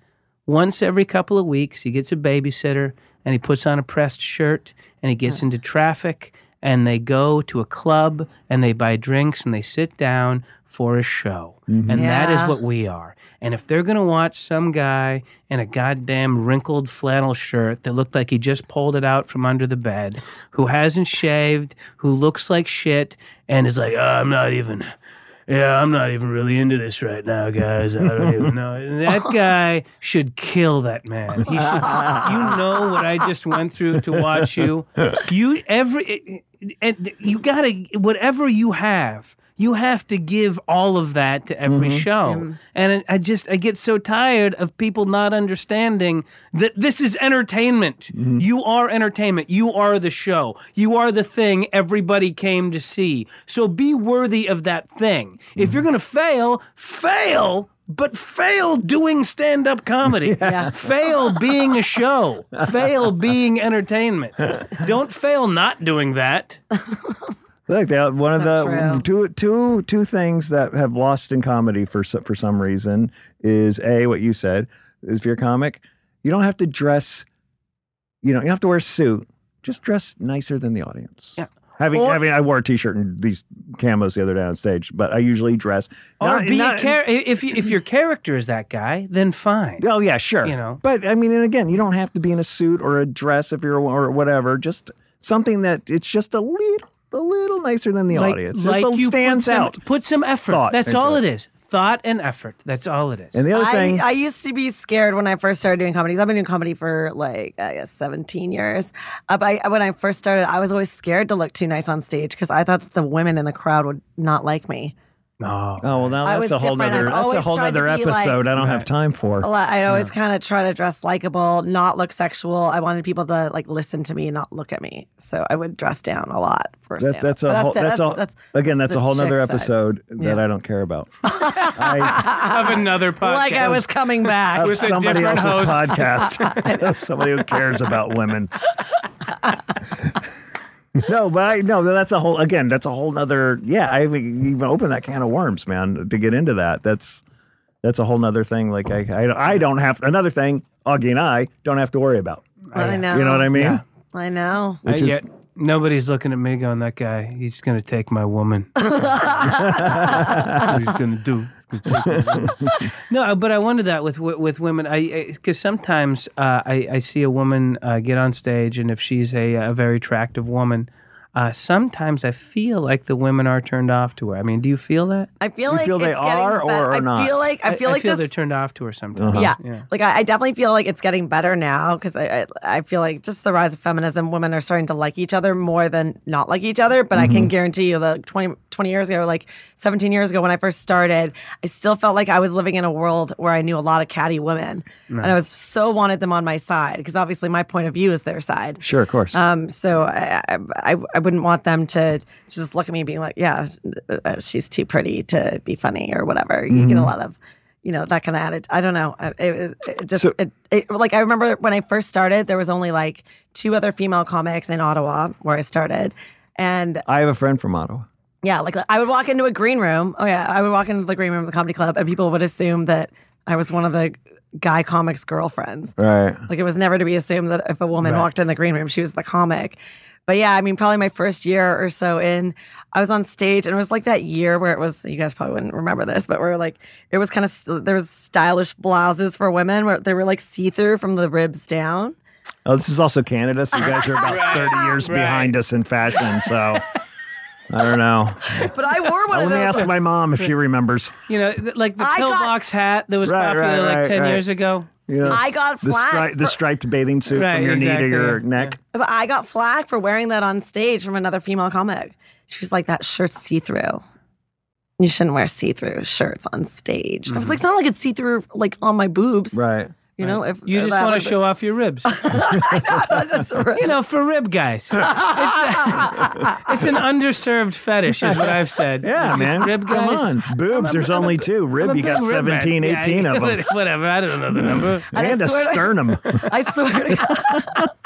once every couple of weeks he gets a babysitter and he puts on a pressed shirt and he gets into traffic and they go to a club and they buy drinks and they sit down for a show and that is Yeah. what we are and if they're going to watch some guy in a goddamn wrinkled flannel shirt that looked like he just pulled it out from under the bed who hasn't shaved who looks like shit and is like "Oh, i'm not even yeah, I'm not even really into this right now, guys. I don't even know. And That guy should kill that man. He should, you know what I just went through to watch you. You every and you gotta whatever you have, you have to give all of that to every show. And I I just I get so tired of people not understanding that this is entertainment. Mm-hmm. You are entertainment. You are the show. You are the thing everybody came to see. So be worthy of that thing. Mm-hmm. If you're going to fail, fail, but fail doing stand up (laughs) comedy. Fail being a show. fail being entertainment. Don't fail not doing that. Look, that one of So the two two two things that have lost in comedy for so- for some reason is a what you said is if you're a comic, you don't have to dress, you know, you don't have to wear a suit. Just dress nicer than the audience. Yeah. Having, Or- having, I wore a T-shirt and these camos the other day on stage, but I usually dress. Or not- be not- a char- if you, if your character is that guy, then fine. Oh yeah, sure. You know. but I mean, and again, you don't have to be in a suit or a dress if you're or whatever. Just something that it's just a little, a little nicer than the audience. Just a- stands put some, out. Put some effort. Thought That's into all it. it is. Thought and effort. That's all it is. And the other I, uh, thing, I used to be scared when I first started doing comedies. I've been doing comedy for like I guess seventeen years. Uh, but I, when I first started, I was always scared to look too nice on stage because I thought the women in the crowd would not like me. oh. oh well, now I that's was a whole different. nother that's I've a always whole tried to nother be, like- episode. I don't have time for. A lot- I always kind of try to dress likable, not look sexual. I wanted people to like listen to me, not look at me. So I would dress down a lot. For That, stand-up. that's a But whole, that's, all. again, that's the a whole nother chick side. episode that Yeah. I don't care about. I, Of another podcast. Like I was (laughs) coming back. of With a somebody different else's podcast, (laughs) (laughs) of somebody who cares about women. (laughs) no, but I no, that's a whole again. That's a whole nother. Yeah, I haven't even opened that can of worms, man. To get into that, that's that's a whole nother thing. Like I, I, I don't have another thing. Augie and I don't have to worry about. I know. You know what I mean? Yeah. I know. I, Which is- yeah, nobody's looking at me going, that guy, he's going to take (laughs) my woman. That's what he's going to do. no, but I wonder that with wi- with women, I because sometimes uh, I I see a woman uh, get on stage, and if she's a, a very attractive woman, uh, sometimes I feel like the women are turned off to her. I mean, do you feel that? I feel You like feel they it's getting are or better. are I feel not? like I feel like feel this they're turned off to her Uh-huh. sometimes. Yeah. Yeah. Like I, I definitely feel like it's getting better now because I, I I feel like just the rise of feminism, women are starting to like each other more than not like each other. But I can guarantee you that 20, 20 years ago, like 17 years ago when I first started, I still felt like I was living in a world where I knew a lot of catty women. And I was so wanted them on my side because obviously my point of view is their side. Sure, of course. Um, so I, I- I, I wouldn't want them to just look at me and being like, yeah, uh, she's too pretty to be funny or whatever. You get a lot of, you know, that kind of attitude. I don't know. I- It, was- it just, So- it, it, like, I remember when I first started, there was only like two other female comics in Ottawa where I started. And I have a friend from Ottawa. yeah, like I would walk into a green room. Oh yeah, I would walk into the green room of the comedy club, and people would assume that I was one of the guy comics' girlfriends. Right. Like it was never to be assumed that if a woman walked in the green room, she was the comic. But yeah, I mean, probably my first year or so in, I was on stage and it was like that year where it was, you guys probably wouldn't remember this, but where like it was kind of, st- there was stylish blouses for women where they were like see through from the ribs down. Oh, this is also Canada, so you guys are (laughs) about 30 years behind us in fashion. So I don't (laughs) know. But I wore one Let of me those. ask my mom if she remembers. You know, th- like the I got- pillbox hat that was Right, popular right, like right, ten right. years ago. You know, I got the, flack stri- the for- striped bathing suit Right, from your exactly, knee to your yeah, neck. But I got flack for wearing that on stage from another female comic. She was like, that shirt's see through. you shouldn't wear see-through shirts on stage. Mm-hmm. I was like, it's not like it's see-through like on my boobs. Right. You know, if You if just that want to would've (laughs) (laughs) show off your ribs. been- That's right. you know, for (laughs) rib guys. It's, a- it's an underserved fetish, is what I've said. Yeah, It's just man. Rib guys. Come on. Boobs, there's only two. Rib, I'm a you got big rib man. 17, Yeah, 18 of them. (laughs) Whatever. I don't know the number. (laughs) I And a swear to- (laughs) sternum. I swear to God. (laughs)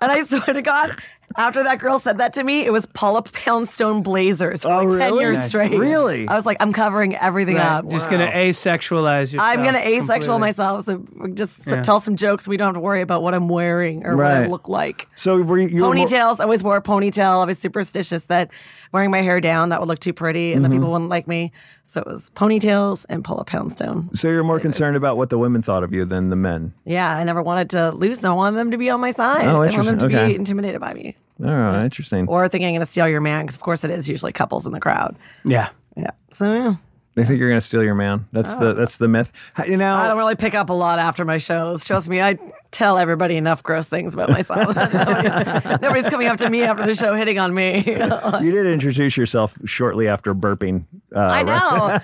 and I swear to God, after that girl said that to me, it was Paula Poundstone Blazers for Oh, like 10 really? years Nice. straight. Really? I was like, I'm covering everything Right. up. Just gonna asexualize yourself. I'm going to asexual completely. myself, so just s- tell some jokes. We don't have to worry about what I'm wearing or what I Right. look like. So were you, you were more- Ponytails, I always wore a ponytail. I was superstitious that wearing my hair down, that would look too pretty and the Mm-hmm. people wouldn't like me. So it was ponytails and Paula Poundstone. so you're more concerned about what the women thought of you than the men. Yeah, I never wanted to lose them. I wanted them to be on my side. Oh, I wanted them to interesting. Okay. be intimidated by me. Oh, interesting. or thinking I'm going to steal your man because, of course, it is usually couples in the crowd. Yeah. Yeah. So yeah. They think you're gonna steal your man. That's Oh. the that's the myth. How- You know, I don't really pick up a lot after my shows. Trust me, I tell everybody enough gross things about myself. (laughs) nobody's, nobody's coming up to me after the show hitting (laughs) on me. (laughs) you did introduce yourself shortly after burping. Uh, I right?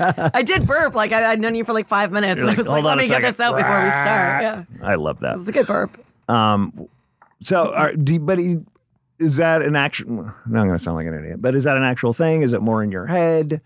know. I did burp. Like I, I'd known you for like five minutes. and I was like, "Hold on let a me get second." this out before we start. Yeah. I love that. It's a good burp. So, are, do you, but you- is that an actual? Now I'm going to sound like an idiot, but is that an actual thing? Is it more in your head?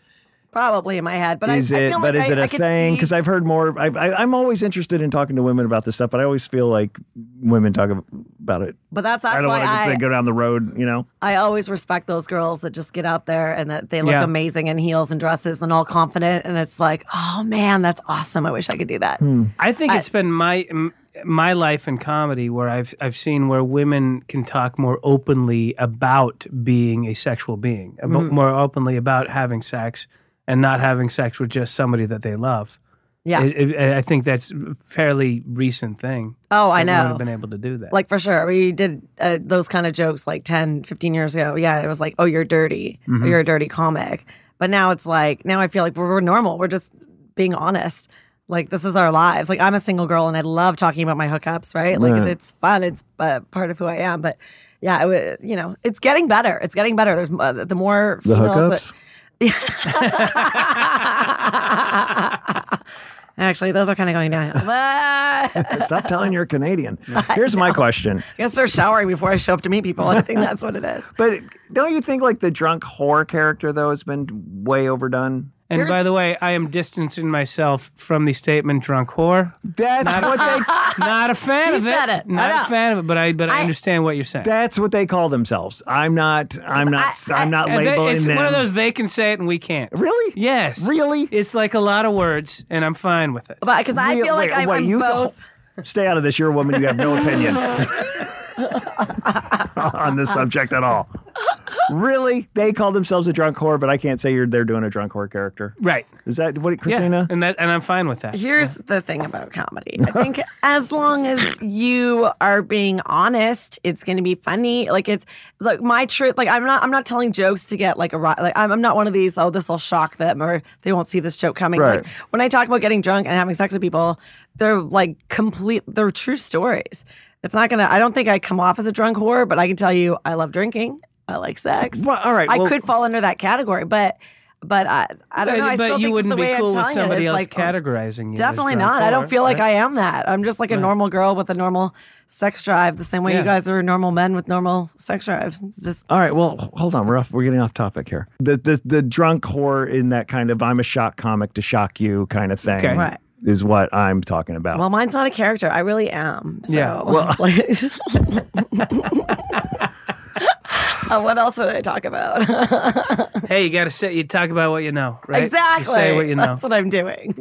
Probably in my head, but Is I, I it? feel but like is I, it a I could thing? see- Because I've heard more. I've, I, I'm always interested in talking to women about this stuff, but I always feel like women talk ab- about it. but that's I that's don't why want to I, just go down the road, you know. I always respect those girls that just get out there and that they look Yeah. amazing in heels and dresses and all confident. And it's like, oh man, that's awesome. I wish I could do that. I think it's been my m- my life in comedy where I've I've seen where women can talk more openly about being a sexual being, abo- Mm-hmm. more openly about having sex and not having sex with just somebody that they love. Yeah. It- it- I think that's a fairly recent thing. oh, I that women know. have been able to do that. Like for sure. We did uh, those kind of jokes like 10, 15 years ago. Yeah. It was like, oh, you're dirty. Mm-hmm. Or, you're a dirty comic. But now it's like, now I feel like we're, we're normal. We're just being honest. Like this is our lives. Like I'm a single girl and I love talking about my hookups, right? Like it's, it's fun. It's uh, part of who I am. But yeah, it, wa- you know, it's getting better. It's getting better. There's uh, the more The females that- hookups. Actually, those are kind of (laughs) going down. But (laughs) Stop telling you're Canadian. Here's my question. I guess they're showering before I show up to meet people. I think that's what it is. But don't you think like the drunk whore character though has been way overdone? and by the way, I am distancing myself from the statement "drunk (laughs) whore." That's what they Not a fan He of said it. it. I Not know. a fan of it, but I but I, I- understand what you're saying. That's what they call themselves. I'm not. I'm not. I, I- am not And they- labeling it's them. one of those they can say it and we can't. Really? Yes. Really? It's like a lot of words, and I'm fine with it. But because I Real- feel like wait, I'm, what, I'm you- both. Stay out of this. You're a woman. You have no (laughs) opinion on this subject at all. Really? They call themselves a drunk whore, but I can't say you're. They're doing a drunk whore character. Right. Is that what Yeah. Christina? And that and I'm fine with that. Here's the thing about (laughs) comedy. I think as long as you are being honest, it's going to be funny. Like it's like my truth. Like I'm not. I'm not telling jokes to get like a ri- like. I'm, I'm not one of these. Oh, this will shock them, or they won't see this joke coming. Right. Like when I talk about getting drunk and having sex with people, they're like complete. They're true stories. It's not gonna. I don't think I come off as a drunk whore, but I can tell you, I love drinking. I like sex. Well, all right, I well- could fall under that category, but. But I, I don't But, know. I but still you think wouldn't the way be I'm cool with telling it somebody is, else like, oh, categorizing you. as Definitely drunk not. I whore, don't feel like right? I am that. I'm just like a normal girl with a normal sex drive, the same way Yeah. you guys are normal men with normal sex drives. It's just All right. Well, h- hold on. We're off. We're getting off topic here. The the the drunk whore in that kind of I'm a shock comic to shock you kind of thing. Okay. Right. Is what I'm talking about. well, mine's not a character. I really am. So. Yeah, (laughs) Like- Uh, what else would I talk about? Hey, you gotta say you talk about what you know, right? You exactly. say what you know. Mm-hmm. That's what I'm doing.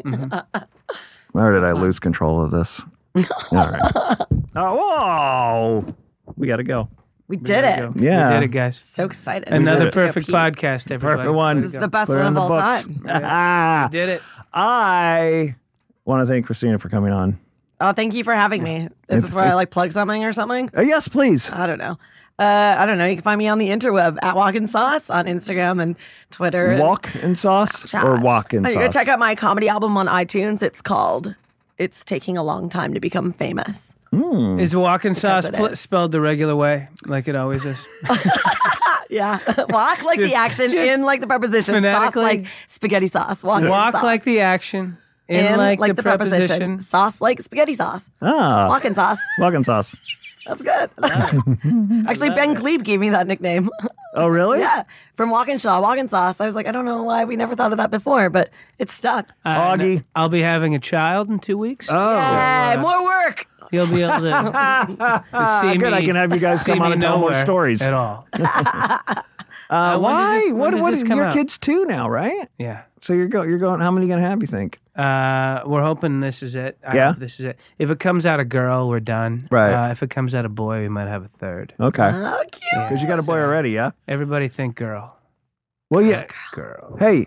Where did I lose control of this? All right. (laughs) Oh, whoa. We got to go. We did it. There you go. Yeah. We did it, guys. So excited. Another did it. perfect podcast. podcast, everybody. Perfect one. This is the best Put it in one of the all books. time. Ah, Did it. (laughs) I want to thank Christina for coming on. Oh, thank you for having me. Is this where I like plug something or something? Uh, yes, please. I don't know. Uh, I don't know. You can find me on the interweb at Walk and Sauce on Instagram and Twitter. and Walk and sauce Snapchat. or walk and Oh, sauce. You can check out my comedy album on iTunes. It's called it's taking a long time to become famous. Mm. Is walking sauce it pl- is. spelled the regular way, like it (laughs) always is? Yeah, (laughs) walk like the action just in like the preposition, sauce phonetically- like spaghetti sauce. Walk, in Walk sauce. like the action, in, like, the, preposition. Oh. sauce like spaghetti sauce, Ah, walking sauce. walking sauce. That's (laughs) good. Actually, Ben Glebe gave me that nickname. (laughs) Oh, really? yeah, from Walking Shaw, Walking Sauce. I was like, I don't know why we never thought of that before, but it stuck. Uh, Augie. I'll be having a child in two weeks. Oh, Yay, more work. You'll be (laughs) able to, to see good. me. I can have you guys see come on me and tell more nowhere stories. At all. Uh, when does why? this- when what? does What? this come Your out? kids two now, right? Yeah. So you're go. You're going. How many you gonna have? You think? Uh, we're hoping this is it. I Yeah? hope this is it. If it comes out a girl, we're done. Right. Uh, if it comes out a boy, we might have a third. Okay. Oh, cute. Because you got a boy already, yeah. Everybody think girl. Well, yeah. Girl. Hey,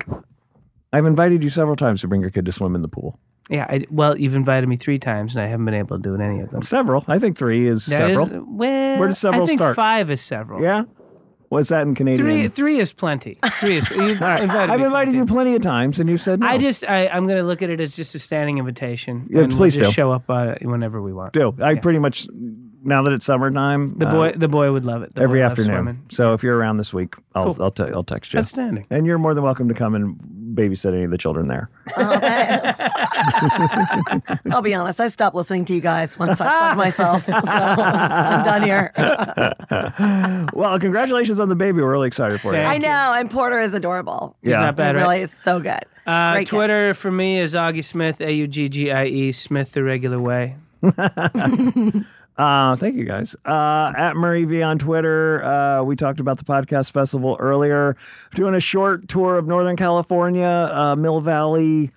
I've invited you several times to bring your kid to swim in the pool. Yeah. I, well, you've invited me three times, and I haven't been able to do it any of them. Several. I think three is That is- several. well, Where does several I think start? five is several. yeah. What's that in Canadian? Three, three is plenty. Three is. You've All right. invited I've me invited plenty. you plenty of times, and you've said no. I just, I, I'm going to look at it as just a standing invitation. Yeah, and we'll please just do. show up uh, whenever we want. do. I pretty much now that it's summertime. The uh, boy, the boy would love it. The every boy loves afternoon. swimming. So if you're around this week, I'll I'll, te- I'll text you. Outstanding. And you're more than welcome to come and babysit any of the children (gasps) there. (laughs) I'll be honest, I stopped listening to you guys once I plugged myself. So (laughs) I'm done here. Well, congratulations on the baby. We're really excited for you. Thank I know, and Porter is adorable. Yeah. not bad, He right? really is so good. Uh, Great kid. Twitter for me is Augie Smith, A U G G I E Smith the regular way. Uh, thank you guys. Uh, at Murray V on Twitter. Uh, we talked about the podcast festival earlier. Doing a short tour of Northern California, uh, Mill Valley,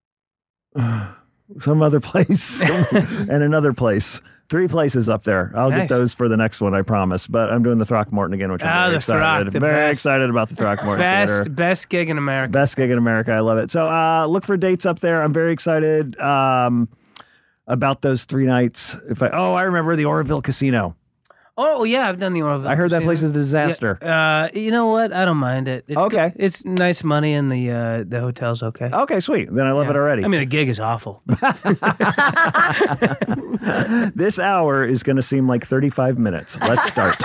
(sighs) some other place, (laughs) and another place. Three places up there. I'll get Nice. those for the next one, I promise. But I'm doing the Throckmorton again, which I'm Ah, very the excited. Throck, the very best. excited about the Throckmorton. Theater. Best best gig in America. Best gig in America. I love it. So uh, look for dates up there. I'm very excited um, about those three nights. If I oh, I remember the Oroville Casino. Oh yeah, I've done the Orville. I heard that Casino. place is a disaster. Yeah, uh, you know what? I don't mind it. It's Okay. good. it's nice money and the uh, the hotel's okay. Okay, sweet. Then I love it already. I mean, the gig (laughs) is awful. but this hour is going to seem like 35 minutes. Let's start. (laughs)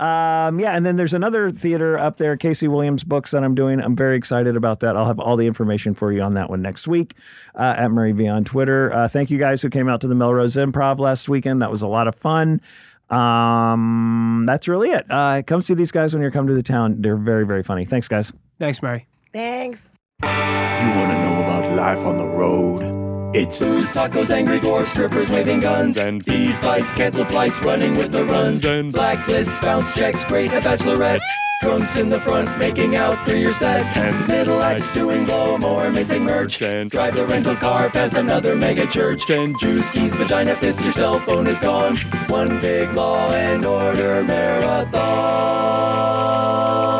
um, yeah, and then there's another theater up there, Casey Williams Books, that I'm doing. I'm very excited about that. I'll have all the information for you on that one next week uh, at Murray V on Twitter. Uh, thank you guys who came out to the Melrose Improv last weekend. That was a lot of fun. Um, that's really it. Uh, come see these guys when you're coming to the town. They're very, very funny. Thanks, guys. Thanks, Murray. Thanks. You wanna know about life on the road? It's booze, tacos, angry dwarfs, strippers waving guns, and fees, fights, kettle flights, running with the runs, and blacklists, bounce checks, great a bachelorette. Drunks in the front making out through your set, and middle acts doing blow more missing merch, and drive the rental car past another mega church, and juice keys, vagina fist, your cell phone is gone. One big law and order marathon.